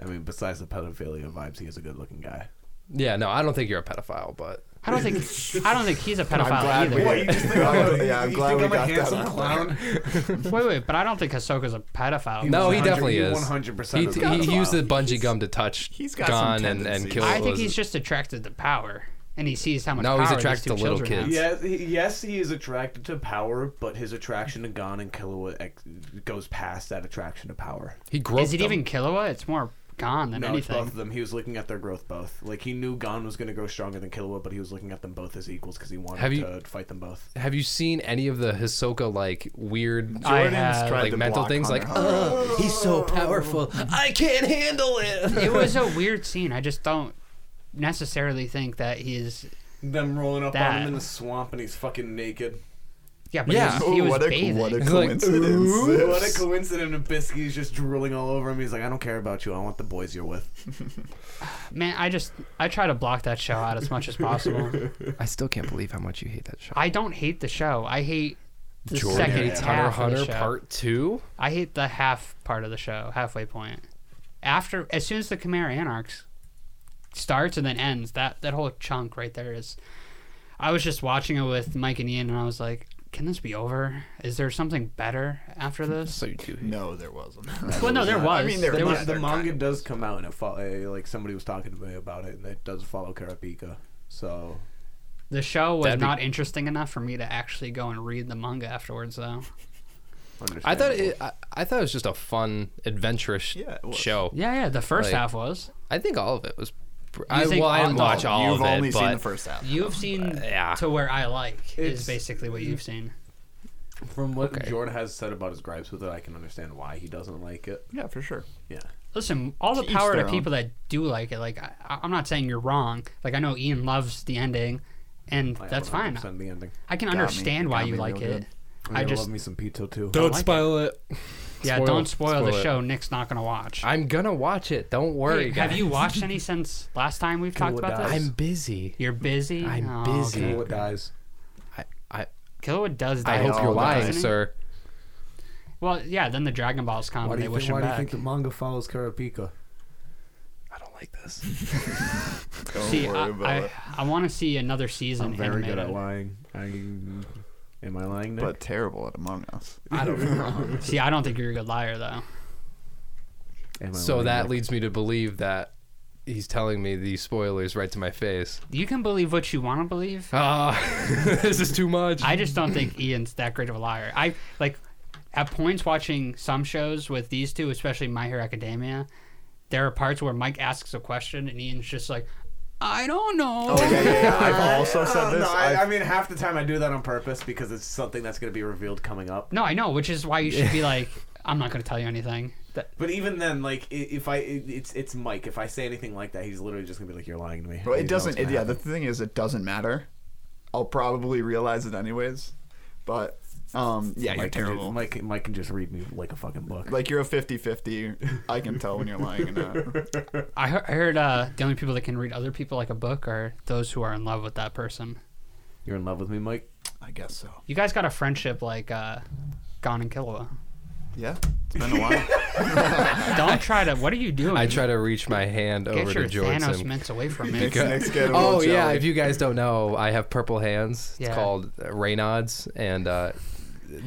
I mean, besides the pedophilia vibes, he is a good-looking guy. Yeah, no, I don't think you're a pedophile, but I don't think I don't think he's a pedophile glad either. we- What, you just think Oh, I'm a- Yeah, I'm you glad think we I'm a got that handsome out there. clown? Wait, wait, but I don't think Hisoka's a pedophile. No, he 100 definitely he is. 100% he, is he, a he used the pedophile. bungee gum to touch he's got some Gon and, and tendencies. kill. I think his- he's just attracted to power, and he sees how much. No, power he's attracted these to two little children kids. Have. Yes, he, yes, he is attracted to power, but his attraction to Gon and Killua ex- goes past that attraction to power. he groped Is it them. even Killua? It's more Gon than No, it's both anything. of them. He was looking at their growth both. Like he knew Gon was going to grow stronger than Killua, but he was looking at them both as equals because he wanted Have you- to fight them both. Have you seen any of the Hisoka like weird I Jordan's have- tried like to mental block things Hunter like x Hunter. oh, he's so powerful. I can't handle it. it was a weird scene. I just don't necessarily think that he's. Them rolling up on That. him in the swamp and he's fucking naked. Yeah, but Yeah. he was, Ooh, he was what, a, bathing. what a He's like, coincidence. what a coincidence! And Biscuit's just drooling all over him. He's like, "I don't care about you. I want the boys you're with." Man, I just I try to block that show out as much as possible. I still can't believe how much you hate that show. I don't hate the show. I hate the Jordan second hates Hunter half Hunter of the show. Part Two. I hate the half part of the show, halfway point. After, as soon as the Chimera Anarchs starts and then ends, that that whole chunk right there is. I was just watching it with Mike and Ian, and I was like, "Can this be over? Is there something better after this?" So you do. hate- No, there wasn't. Well, no, there was. I mean, there, The, There ma- was. was- the manga eh, does come out, and it fo- uh, like somebody was talking to me about it, and it does follow Karapika. So The show was That'd be- not interesting enough for me to actually go and read the manga afterwards, though. I thought Understandable. it, I, I thought it was just a fun, adventurous Yeah, it was. show. Yeah, yeah. The first Like- half was. I think all of it was. Pr- I, think well, I all- didn't no, watch all You've of it, only but seen the first half. You've seen yeah. to where I like It's- is basically what you've seen. From what Okay. Jordan has said about his gripes with it, I can understand why he doesn't like it. Yeah, for sure. Yeah. Listen, all the To each power their to own. people that do like it. Like I, I'm not saying you're wrong. Like I know Ian loves the ending, and I that's fine. 100% The ending. I can Got me. understand why Got you me like real it. good. I'm I gonna just love me some Pito too. Don't like it. spoil it. yeah, Spoil- don't spoil, the spoil it. show. Nick's not gonna watch. I'm gonna watch it. Don't worry, Hey, guys. have you watched any since last time we've talked Good about guys. this? I'm busy. You're busy. I'm Oh, busy. Okay. Kill it dies. I I, Killua does die. I I hope know, you're but lying, doesn't he? sir. Well, yeah. Then the Dragon Balls come. Why and do They you, wish think, him why do you back. think the manga follows Karapika? I don't like this. Don't see, worry I, about I, it. I want to see another season. I'm very good animated. at lying. I, am I lying, Nick? But terrible at Among Us. I don't know. See, I don't think you're a good liar though. Am I so lying, that Nick? leads me to believe that he's telling me these spoilers right to my face. You can believe what you want to believe. Ah, this is too much. I just don't think Ian's that great of a liar. I like at points watching some shows with these two, especially My Hero Academia. There are parts where Mike asks a question and Ian's just like, "I don't know." Oh, I've also said Oh, this. no, I've- I, I mean, half the time I do that on purpose because it's something that's going to be revealed coming up. No, I know, which is why you should be like, "I'm not going to tell you anything." But even then, like i- if I, it- it's it's Mike. If I say anything like that, he's literally just gonna be like, "You're lying to me." Well, You know it it's doesn't. gonna It, yeah, happen. the thing is, it doesn't matter. I'll probably realize it anyways. But um, yeah, you're Mike can terrible. Just, Mike, Mike can just read me like a fucking book. like you're a 50-50. I can tell when you're lying or not. I, he- I heard uh, the only people that can read other people like a book are those who are in love with that person. You're in love with me, Mike. I guess so. You guys got a friendship like uh, Gon and Killua. Yeah, it's been a while. Don't try to. What are you doing? I try to reach my hand get over your to Jordan. Thanos mints away from me. Next- next get a Oh little yeah, jelly. if you guys don't know, I have purple hands. It's Yeah. called Raynods, and uh,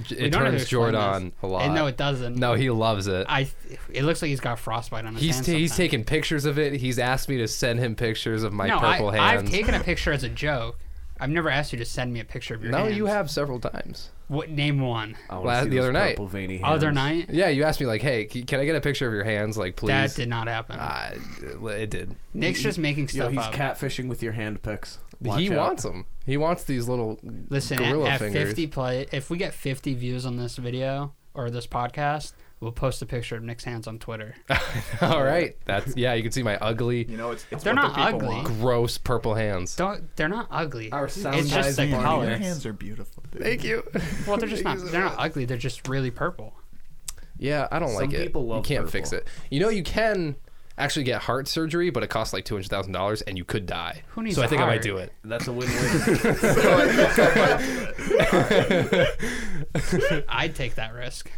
j- We it don't have to turns explain Jordan this. on a lot. And no, it doesn't. No, he loves it. I. It looks like he's got frostbite on his he's hands. ta- he's sometimes. taken pictures of it. He's asked me to send him pictures of my no, purple I, hands. I've taken a picture as a joke. I've never asked you to send me a picture of your no, hands. you have several times. What name one? I wanna Last- see the those other night. purple veiny Other hands. night. Yeah, you asked me like, "Hey, c- can I get a picture of your hands?" Like, please. That did not happen. Uh, it did. Nick's just making Yo, stuff he's up. catfishing with your hand picks. Watch he out. wants them. He wants these little Listen, at, gorilla at fingers. 50 play, if we get 50 views on this video or this podcast, we'll post a picture of Nick's hands on Twitter. All right, that's yeah. You can see my ugly, You know, it's, it's They're what the not people ugly. want. gross purple hands. Don't they're not ugly. Our sound it's just guys the Your Barney. color. hands are beautiful. Dude. Thank you. Well, they're just Thank not you so they're not much. ugly. They're just really purple. Yeah, I don't Some like it. people love you can't fix purple. it. You know, you can actually get heart surgery, but it costs like two hundred thousand dollars, and you could die. Who needs So I think I heart? might do it. That's a win-win. I'd take that risk.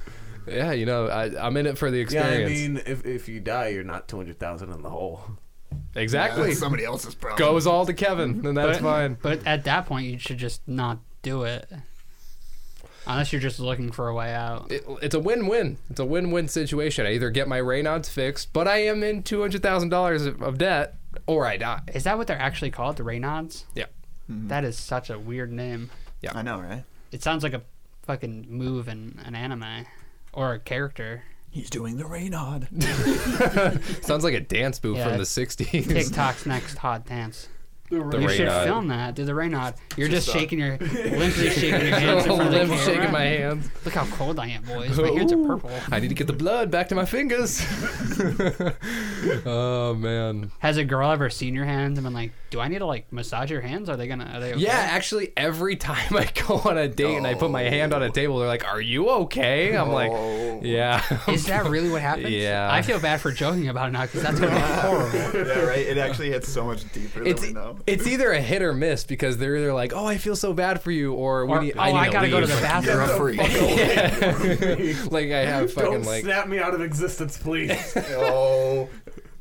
Yeah, you know, I, I'm in it for the yeah, I experience. mean, if if you die, you're not two hundred thousand in the hole. exactly. That's somebody else's problem. Goes all to Kevin, and that's But- fine. But at that point, you should just not do it. Unless you're just looking for a way out. It, it's a win-win. It's a win-win situation. I either get my Raynaud's fixed, but I am in two hundred thousand dollars of of debt, or I die. Is that what they're actually called, the Raynods? Yeah. That is such a weird name. I know, right? It sounds like a fucking move in an anime or a character. He's doing the Raynaud. Sounds like a dance move Yeah. from the '60s. TikTok's next hot dance. The you Ray should Nod. film that. Do the rain nod. You're just, Just, uh, shaking your limply shaking your hands in front of Limb the shaking camera. my hands. Look how cold I am, boys. My hands are Ooh. purple. I need to get the blood back to my fingers. oh man. Has a girl ever seen your hands and been like, "Do I need to like massage your hands? Are they gonna? Are they?" Okay? Yeah, actually, every time I go on a date and I put my hand on a table, they're like, "Are you okay?" I'm No. like, "Yeah." Is that really what happens? Yeah. I feel bad for joking about it now because that's gonna be horrible. yeah, right. It actually hits so much deeper It's, than we know. it's either a hit or miss because they're either like, "Oh, I feel so bad for you," or, we Or, need, oh, I, I, need gotta go to the leave." You're a bathroom. freak. like I have fucking Don't like, snap me out of existence, please. oh,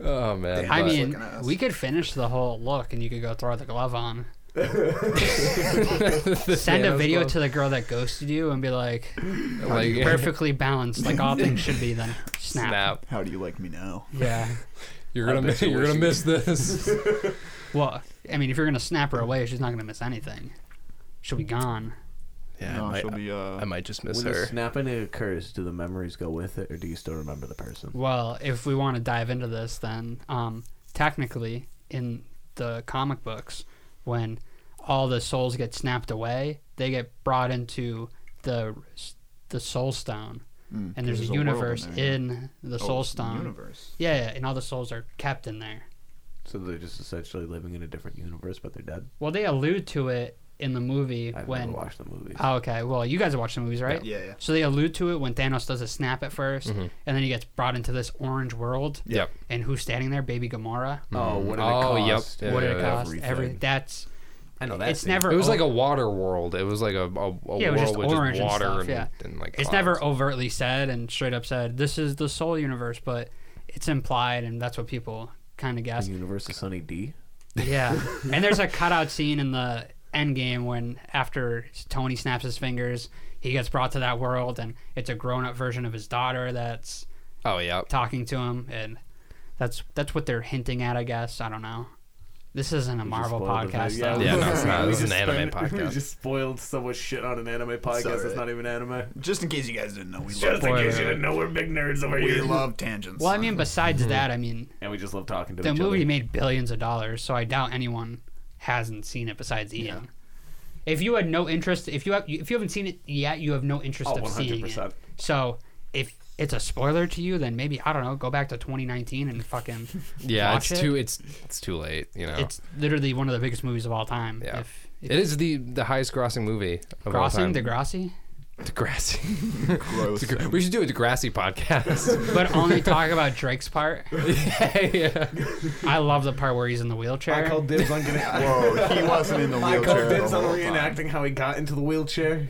oh man. Damn. I Just mean, oh, looking at us. we could finish the whole look and you could go throw the glove on. Send a Thanos video glove. to the girl that ghosted you and be like, like perfectly balanced, like all things should be. Then snap. snap. How do you like me now? Yeah. You're I gonna bet miss, you you're wish gonna you- miss this. Well, I mean, if you're gonna snap her away, she's not gonna miss anything. She'll be gone. yeah, no, I, she'll might, be. Uh, I might just miss When the her. snapping occurs, do the memories go with it, or do you still remember the person? Well, if we want to dive into this, then um, technically, in the comic books, when all the souls get snapped away, they get brought into the the Soul Stone, mm, and there's, a world universe there, yeah. in the Oh, Soul Stone. Universe. Yeah, yeah, and all the souls are kept in there. So they're just essentially living in a different universe, but they're dead. Well, they allude to it in the movie I've when. never watched the movie. Oh, okay. Well, you guys have watched the movies, right? Yeah, yeah. So they allude to it when Thanos does a snap at 1st Mhm. and then he gets brought into this orange world. Yep. And who's standing there? Baby Gamora. Oh, what did it Oh, yep. cost? Yeah, what did yeah, it yeah. cost? Every that's I know that. it's scene. never. It was o- like a water world. It was like a, a, a it was world just with orange just and water stuff, yeah. and like. It's clouds. never overtly said and straight up said this is the Soul Universe, but it's implied, and that's what people kind of The Mm. guess. universe of Sunny D. Yeah. and there's a cutout scene in the end game when after Tony snaps his fingers, he gets brought to that world and it's a grown up version of his daughter that's Oh yeah. talking to him and that's that's what they're hinting at, I guess. I don't know. This isn't a We just Marvel spoiled the podcast video. though. Yeah, no, it's not. We This is just an anime spent- We podcast. just spoiled so much shit on an anime podcast. alright. It's not even anime. Just in case you guys didn't know, we Just love in case Spoiler. you didn't know, we're big nerds over we here. love tangents. Well, I mean besides Mm-hmm. that, I mean and we just love talking to the each movie other. made billions of dollars, so I doubt anyone hasn't seen it besides Ian. If you had no interest, if you have, if you haven't seen it yet, you have no interest Oh, of seeing it. 100%. So if it's a spoiler to you, then maybe I don't know. Go back to 2019 and fucking Yeah. watch it's it. too. It's it's too late. You know. It's literally one of the biggest movies of all time. Yeah. If, if it is the the highest grossing movie of all time. Grossing Degrassi, Degrassi. gross. Degra- we should do a Degrassi podcast. but only talk about Drake's part. yeah, yeah. I love the part where he's in the wheelchair. I called dibs on getting. Whoa, he wasn't in the I wheelchair. called The dibs on whole time. reenacting how he got into the wheelchair.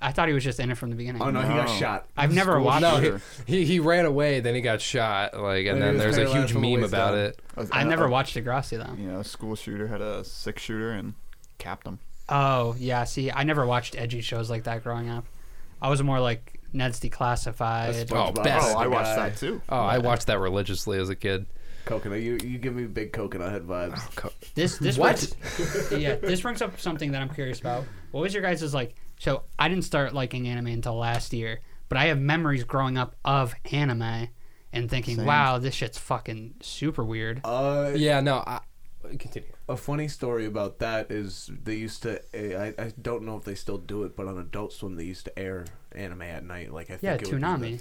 I thought he was just in it from the beginning. Oh no, he got No. shot. I've never watched. No, it. he, he he ran away. Then he got shot. Like, and And he then was there's a paralyzed huge from the meme waist about down. it. I was- I uh, never watched Degrassi though. You know, a school shooter had a six shooter and capped him. Oh yeah, see, I never watched edgy shows like that growing up. I was more like Ned's Declassified. Oh, SpongeBob. best. oh, I the watched guy. that too. Oh, I watched that religiously as a kid. Coconut, you you give me big coconut head vibes. Co- This this What? brings- yeah, this brings up something that I'm curious about. What was your guys' like? So I didn't start liking anime until last year, but I have memories growing up of anime and thinking, Same. wow, this shit's fucking super weird. Uh, Yeah. No. I, continue. a funny story about that is they used to. eh, I, I don't know if they still do it, but on Adult Swim they used to air anime at night. Like I think yeah, it would be Toonami.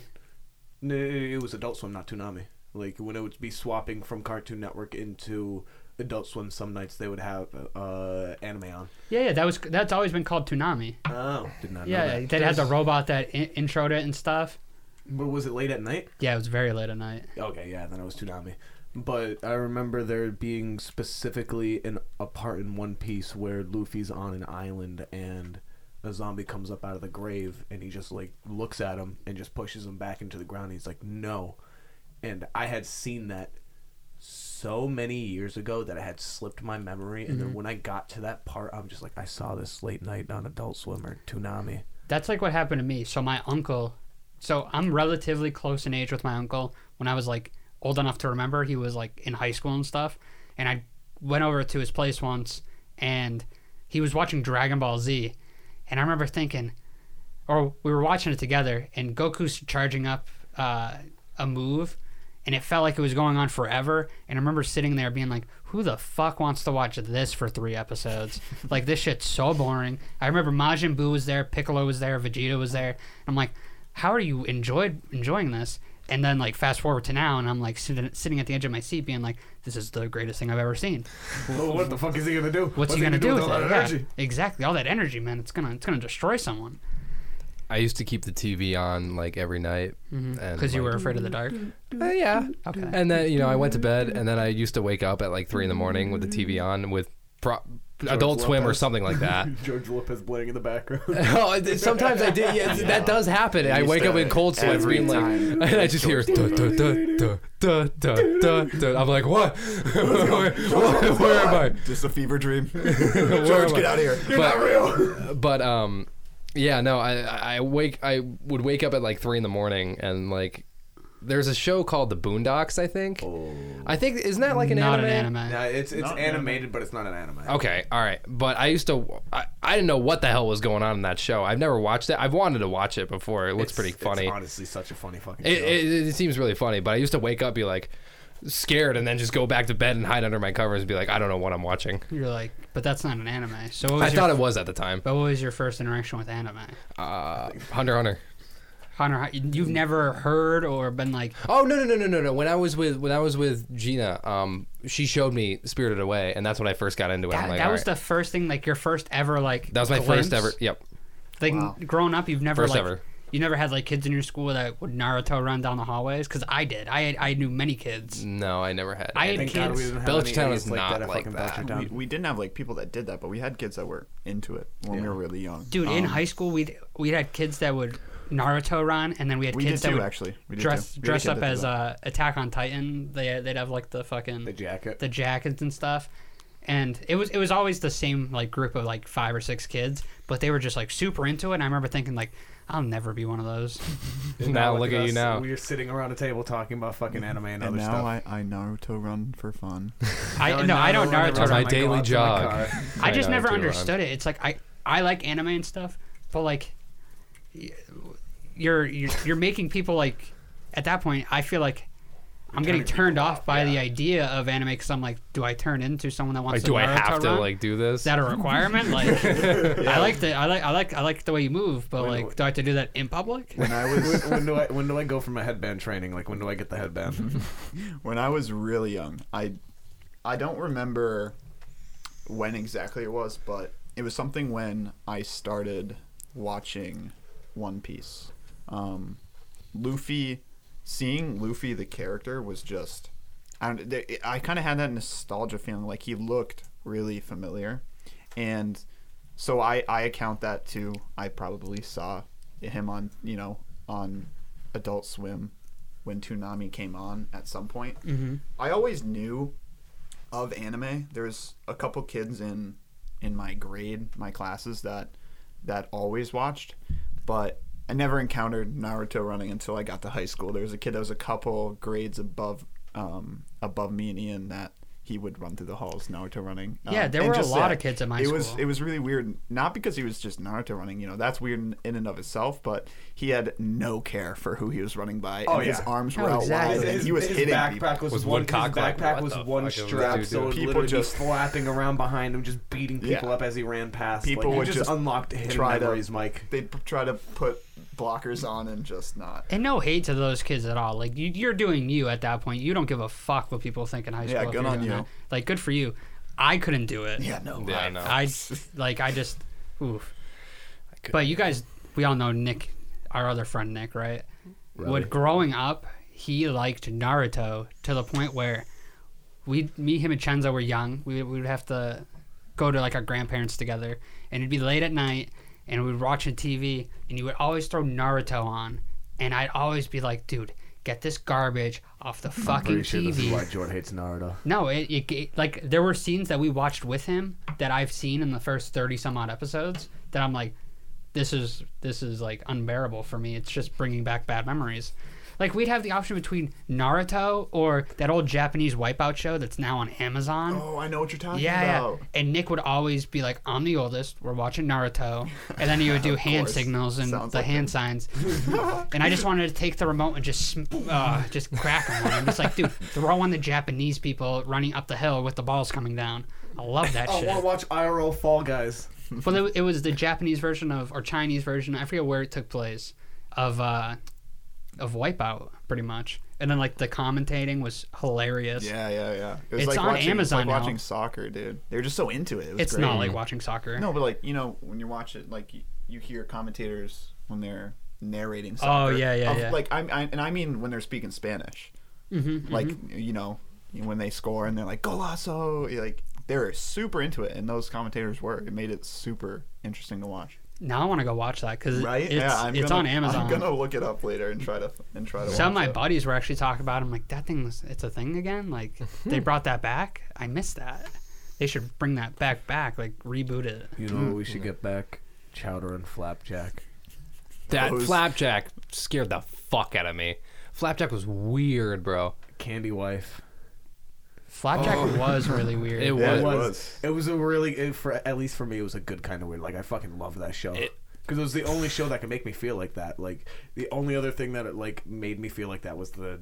No, it was Adult Swim, not Toonami. Like when it would be swapping from Cartoon Network into Adult Swim, some nights they would have uh, anime on. Yeah, yeah, that was that's always been called Toonami. Oh, did not know Yeah, that. that had the robot that in- introed it and stuff. But was it late at night? Yeah, it was very late at night. Okay, yeah, then it was Toonami. But I remember there being specifically an a part in One Piece where Luffy's on an island and a zombie comes up out of the grave and he just like looks at him and just pushes him back into the ground. he's like, "No," and I had seen that so many years ago that it had slipped my memory. And Mm-hmm. then when I got to that part, I'm just like, "I saw this late night on Adult Swim or Toonami." That's like what happened to me. So my uncle, so I'm relatively close in age with my uncle. When I was like old enough to remember, he was like in high school and stuff. And I went over to his place once, and he was watching Dragon Ball Z, and I remember thinking, or we were watching it together, and Goku's charging up uh, a move, and it felt like it was going on forever. And I remember sitting there being like, "Who the fuck wants to watch this for three episodes? like this shit's so boring." I remember Majin Buu was there, Piccolo was there, Vegeta was there. I'm like, "How are you enjoyed enjoying this?" And then like fast forward to now, and I'm like sitting, sitting at the edge of my seat, being like, "This is the greatest thing I've ever seen." Well, what the fuck is he gonna do? What's, he gonna, do with it? Yeah, exactly. All that energy, man. It's gonna it's gonna destroy someone. I used to keep the TV on like every night. Mm-hmm. and, Because you like- were afraid of the dark. Uh, yeah. Okay. And then you know I went to bed, and then I used to wake up at like three in the morning with the TV on with pro- Adult Swim or Lopez. something like that. George Lopez playing in the background. oh, it- sometimes I did. Yeah, that does happen. I used wake up to in cold sweats, every being like, time and I just hear, duh, duh, duh, duh, duh, duh, duh, duh. I'm like, what? where, where, where am I? Just a fever dream. Where am George, I? get out of here. but, But um, yeah, no, I I wake I would wake up at like three in the morning and like there's a show called The Boondocks. I think. I think isn't that like an Not anime? an anime. nah, it's it's Not an animated, but it's not an anime. Okay, all right. But I used to I, I didn't know what the hell was going on in that show. I've never watched it. I've wanted to watch it before. It looks It's- pretty it's funny. honestly, such a funny fucking. It, show. it, it seems really funny, but I used to wake up be like scared and then just go back to bed and hide under my covers and be like, I don't know what I'm watching. You're like, but that's not an anime. So what was I your, thought it was at the time. But what was your first interaction with anime? Uh, Hunter x Hunter. Hunter, how- you've never heard or been like, Oh no no no no no no! When I was with when I was with Gina, um, she showed me Spirited Away, and that's when I first got into it. that, I'm like, that "All was right." the first thing, like your first ever, like that was my glimpse? first ever. Yep, Like Wow. growing up, you've never First like ever. you never had like kids in your school that would Naruto run down the hallways because I did. I I knew many kids. no, I never had. I had any. Thank God we kids. didn't have Belchtown any is idiots like not that at like that. fucking Belchtown. We, we didn't have like people that did that, but we had kids that were into it when we were really young. Dude, in Um, high school, we we had kids that would Naruto run, and then we had we did kids that too, would actually. We did dress too. We had a dress kid up that did as that. uh, Attack on Titan. They they'd have like the fucking the jacket. the jackets and stuff. And it was it was always the same like group of like five or six kids, but they were just like super into it. And I remember thinking like, I'll never be one of those. And now look at you us. now. We are sitting around a table talking about fucking anime and, And other now stuff. I, I Naruto run for fun. I no, I don't run Naruto. around my God, daily my jog. car. I just Naruto never run. understood it. It's like I I like anime and stuff, but like y- you're you're, you're making people like at that point. I feel like. I'm getting turned off by the idea of anime because I'm like, do I turn into someone that wants Like, to do I Naruto have to run? like do this? Is that a requirement? Like, I like the I like I like I like the way you move, but like, do I have to do that in public? When I was, when do I, when do I go for my headband training? Like, when do I get the headband? when I was really young, I I don't remember when exactly it was, but it was something when I started watching One Piece. Um, Luffy, seeing Luffy the character was just, I don't, there, I kind of had that nostalgia feeling, like he looked really familiar, and so I I account that to I probably saw him on you know on Adult Swim when Toonami came on at some point. Mm-hmm. I always knew of anime. There's a couple kids in in my grade, my classes that that always watched, but I never encountered Naruto running until I got to high school. There was a kid that was a couple grades above um, above me and Ian that he would run through the halls Naruto running. Yeah, Um, there and were a just lot that- of kids at my it was school. it was really weird. Not because he was just Naruto running, you know, that's weird in, in and of itself, but he had no care for who he was running by. Oh, and His yeah. arms Oh, were out exactly. wide, and he was his hitting people. backpack was, Was one. His Woodcock like, backpack what was the one fuck is this strap, dude so it would doing? literally People just just- flapping around behind him, just beating people Yeah. up as he ran past. People like, you would just, just unlocked hidden try to- memories, Mike. they p- try to put blockers on and just not. And no hate to those kids at all. Like you, you're doing you at that point. You don't give a fuck what people think in high school. Yeah, if good you're on doing you. that. Like good for you. I couldn't do it. no. yeah, no. I like I just oof. But you guys, we all know Nick, our other friend Nick, right? When growing up, he liked Naruto to the point where we, me, him, and Chenzo were young. We we would have to go to like our grandparents together, and it'd be late at night, and we'd watch on TV, and you would always throw Naruto on, and I'd always be like, dude. Get this garbage off the fucking TV. Jordan hates Naruto. No, it, it, it like there were scenes that we watched with him that I've seen in the first thirty some odd episodes that I'm like, this is this is like unbearable for me. It's just bringing back bad memories. Like we'd have the option between Naruto or that old Japanese wipeout show that's now on Amazon. Oh, I know what you're talking Yeah, yeah, about. and Nick would always be like, "I'm the oldest. We're watching Naruto," and then he would do hand course. signals and Sounds the like hand signs. and I just wanted to take the remote and just sm- uh, just crack him. I'm just like, dude, throw on the Japanese people running up the hill with the balls coming down. I love that Oh, Oh, I want to shit. watch IRL Fall Guys. Well, it, it was the Japanese version of or Chinese version. I forget where it took place of uh, of Wipeout, pretty much. And then like the commentating was hilarious. Yeah, yeah, yeah. It was It's like on watching, it's Amazon like now. watching soccer, dude. They were just so into it. it was It's great. not like watching soccer. No, but like you know when you watch it, like you, you hear commentators when they're narrating. Oh, Soccer, yeah, yeah, Mm-hmm, yeah. Like I, I, and I mean when they're speaking Spanish, like you know when they score and they're like golazo, you're like they were super into it, and those commentators were. It made it super interesting to watch. Now I want to go watch that because Right? it's, yeah, I'm it's gonna, on Amazon. I'm gonna look it up later and try to and try to. Some of watch my it. buddies were actually talking about. it. I'm like, that thing's it's a thing again. Like they brought that back. I missed that. They should bring that back back. Like reboot it. You know, what we should get back chowder and flapjack. That Those- flapjack scared the fuck out of me. Flapjack was weird, bro. Candy wife. Flapjack Oh. was really weird. It Yeah, was. it It was. was. It was a really it, for at least for me it was a good kind of weird. Like I fucking love that show. It- because it was the only show that could make me feel like that. Like the only other thing that it, like made me feel like that was the,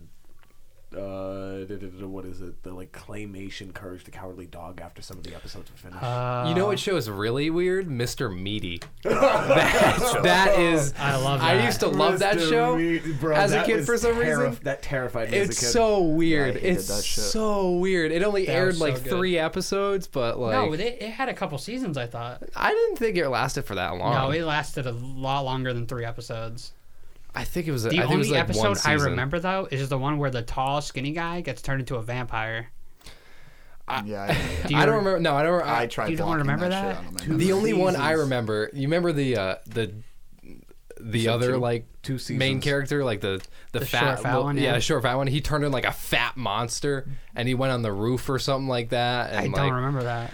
uh, da- da- da- what is it? The like claymation Courage the Cowardly Dog after some of the episodes were finished. Uh, You know what show is really weird? Mr. Meaty. that, that is. I love I that. used to love that Mr. show Meat- bro, as a that kid was for some terri- reason. That terrified me. It's as a kid. so weird. hated it's that shit. so weird. It only That aired was so like good. three episodes, but like no, they, it had a couple seasons. I thought. I didn't think it lasted for that long. No, it lasted a lot longer than three episodes. I think it was. I The think it only was like one episode I season. remember though is the one where the tall, skinny guy gets turned into a vampire. Yeah, I, Do you I don't remember. No, I don't. I, I tried. You don't blocking remember that? that? shit out of my The memory. the only one I Jesus. remember. You remember the uh, the the So other two- like two main seasons. character, like the the, The fat, short, fat well, one, Yeah, yeah. the short fat one. He turned in like a fat monster, and he went on the roof or something like that. And I like, don't remember that.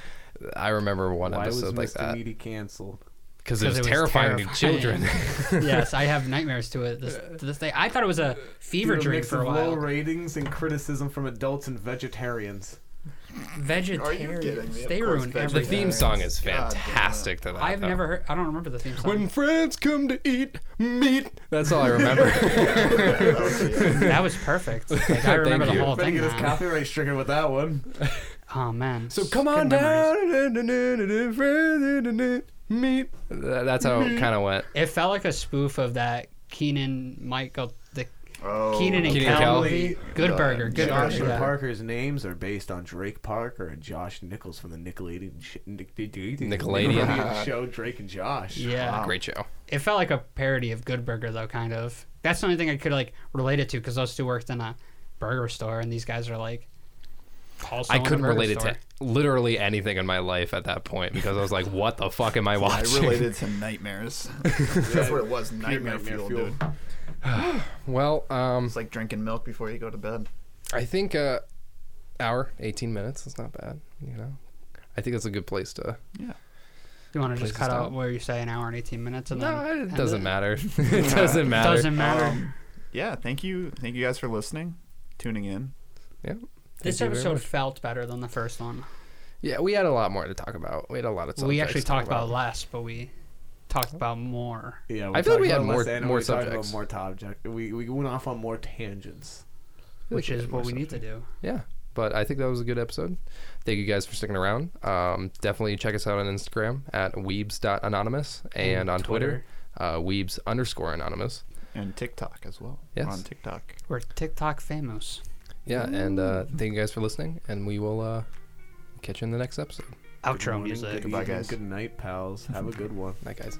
I remember one Why was episode like Mr. that Meaty canceled? because it was, Because terrifying to terrifying. children. yes, I have nightmares to it. This, to this day, I thought it was a fever Due to a dream mix for a of low while. ratings and criticism from adults and vegetarians. Are you kidding Vegetarians, me? they Of course ruin veggie- the everything. theme song Oh. is God damn it. fantastic to that. I've though. never heard. I don't remember the theme song. When friends come to eat meat, that's all I remember. That was- yeah. that was perfect. Like, I remember Thank the you. whole Better thing. get us Now. copyright stricken with that one. Oh man. So come on down, meet. That's how it kind of went. It felt like a spoof of that Keenan Michael, the Oh, Keenan and Keenan Kel, and Kel. movie. Good God. Burger. Good Josh Burger. and yeah. Parker's names are based on Drake Parker and Josh Nichols from the Nickelodeon sh- Nic- Nickelodeon. show Drake and Josh. Yeah. Great show. It felt like a parody of Good Burger though, kind of. That's the only thing I could like relate it to because those two worked in a burger store and these guys are like. Also I in a couldn't burger relate it store. to literally anything in my life at that point because I was like, "What the fuck am I I watching?" related to nightmares. That's what it was. Nightmare, nightmare fuel, fuel. dude. well, um, It's like drinking milk before you go to bed. I think uh, hour eighteen minutes is not bad. You know, I think it's a good place to. Do you want to just Places cut out don't. where you say an hour and 18 minutes? And No, then it end doesn't matter. it doesn't matter. Doesn't matter. Um, yeah, thank you, thank you guys for listening, tuning in. Yeah. this Thank you very episode much. felt better than the first one. Yeah, we had a lot more to talk about. We had a lot of. we subjects actually to talk talked about. less, but we talked Oh. about more. Yeah, I feel like we had talked about more- less anime, more we talked about subjects. More object. We we went off on more tangents. like Which we is did what more we need to do. yeah but i think that was a good episode thank you guys for sticking around um, definitely check us out on instagram at weebs.anonymous and on twitter, uh, weebs underscore anonymous and TikTok as well. Yes. We're on TikTok. We're TikTok famous. yeah and uh, thank you guys for listening and we will uh, catch you in the next episode Good Outro morning, music. Good Goodbye, evening, guys. Good night, pals. Have a good one. night guys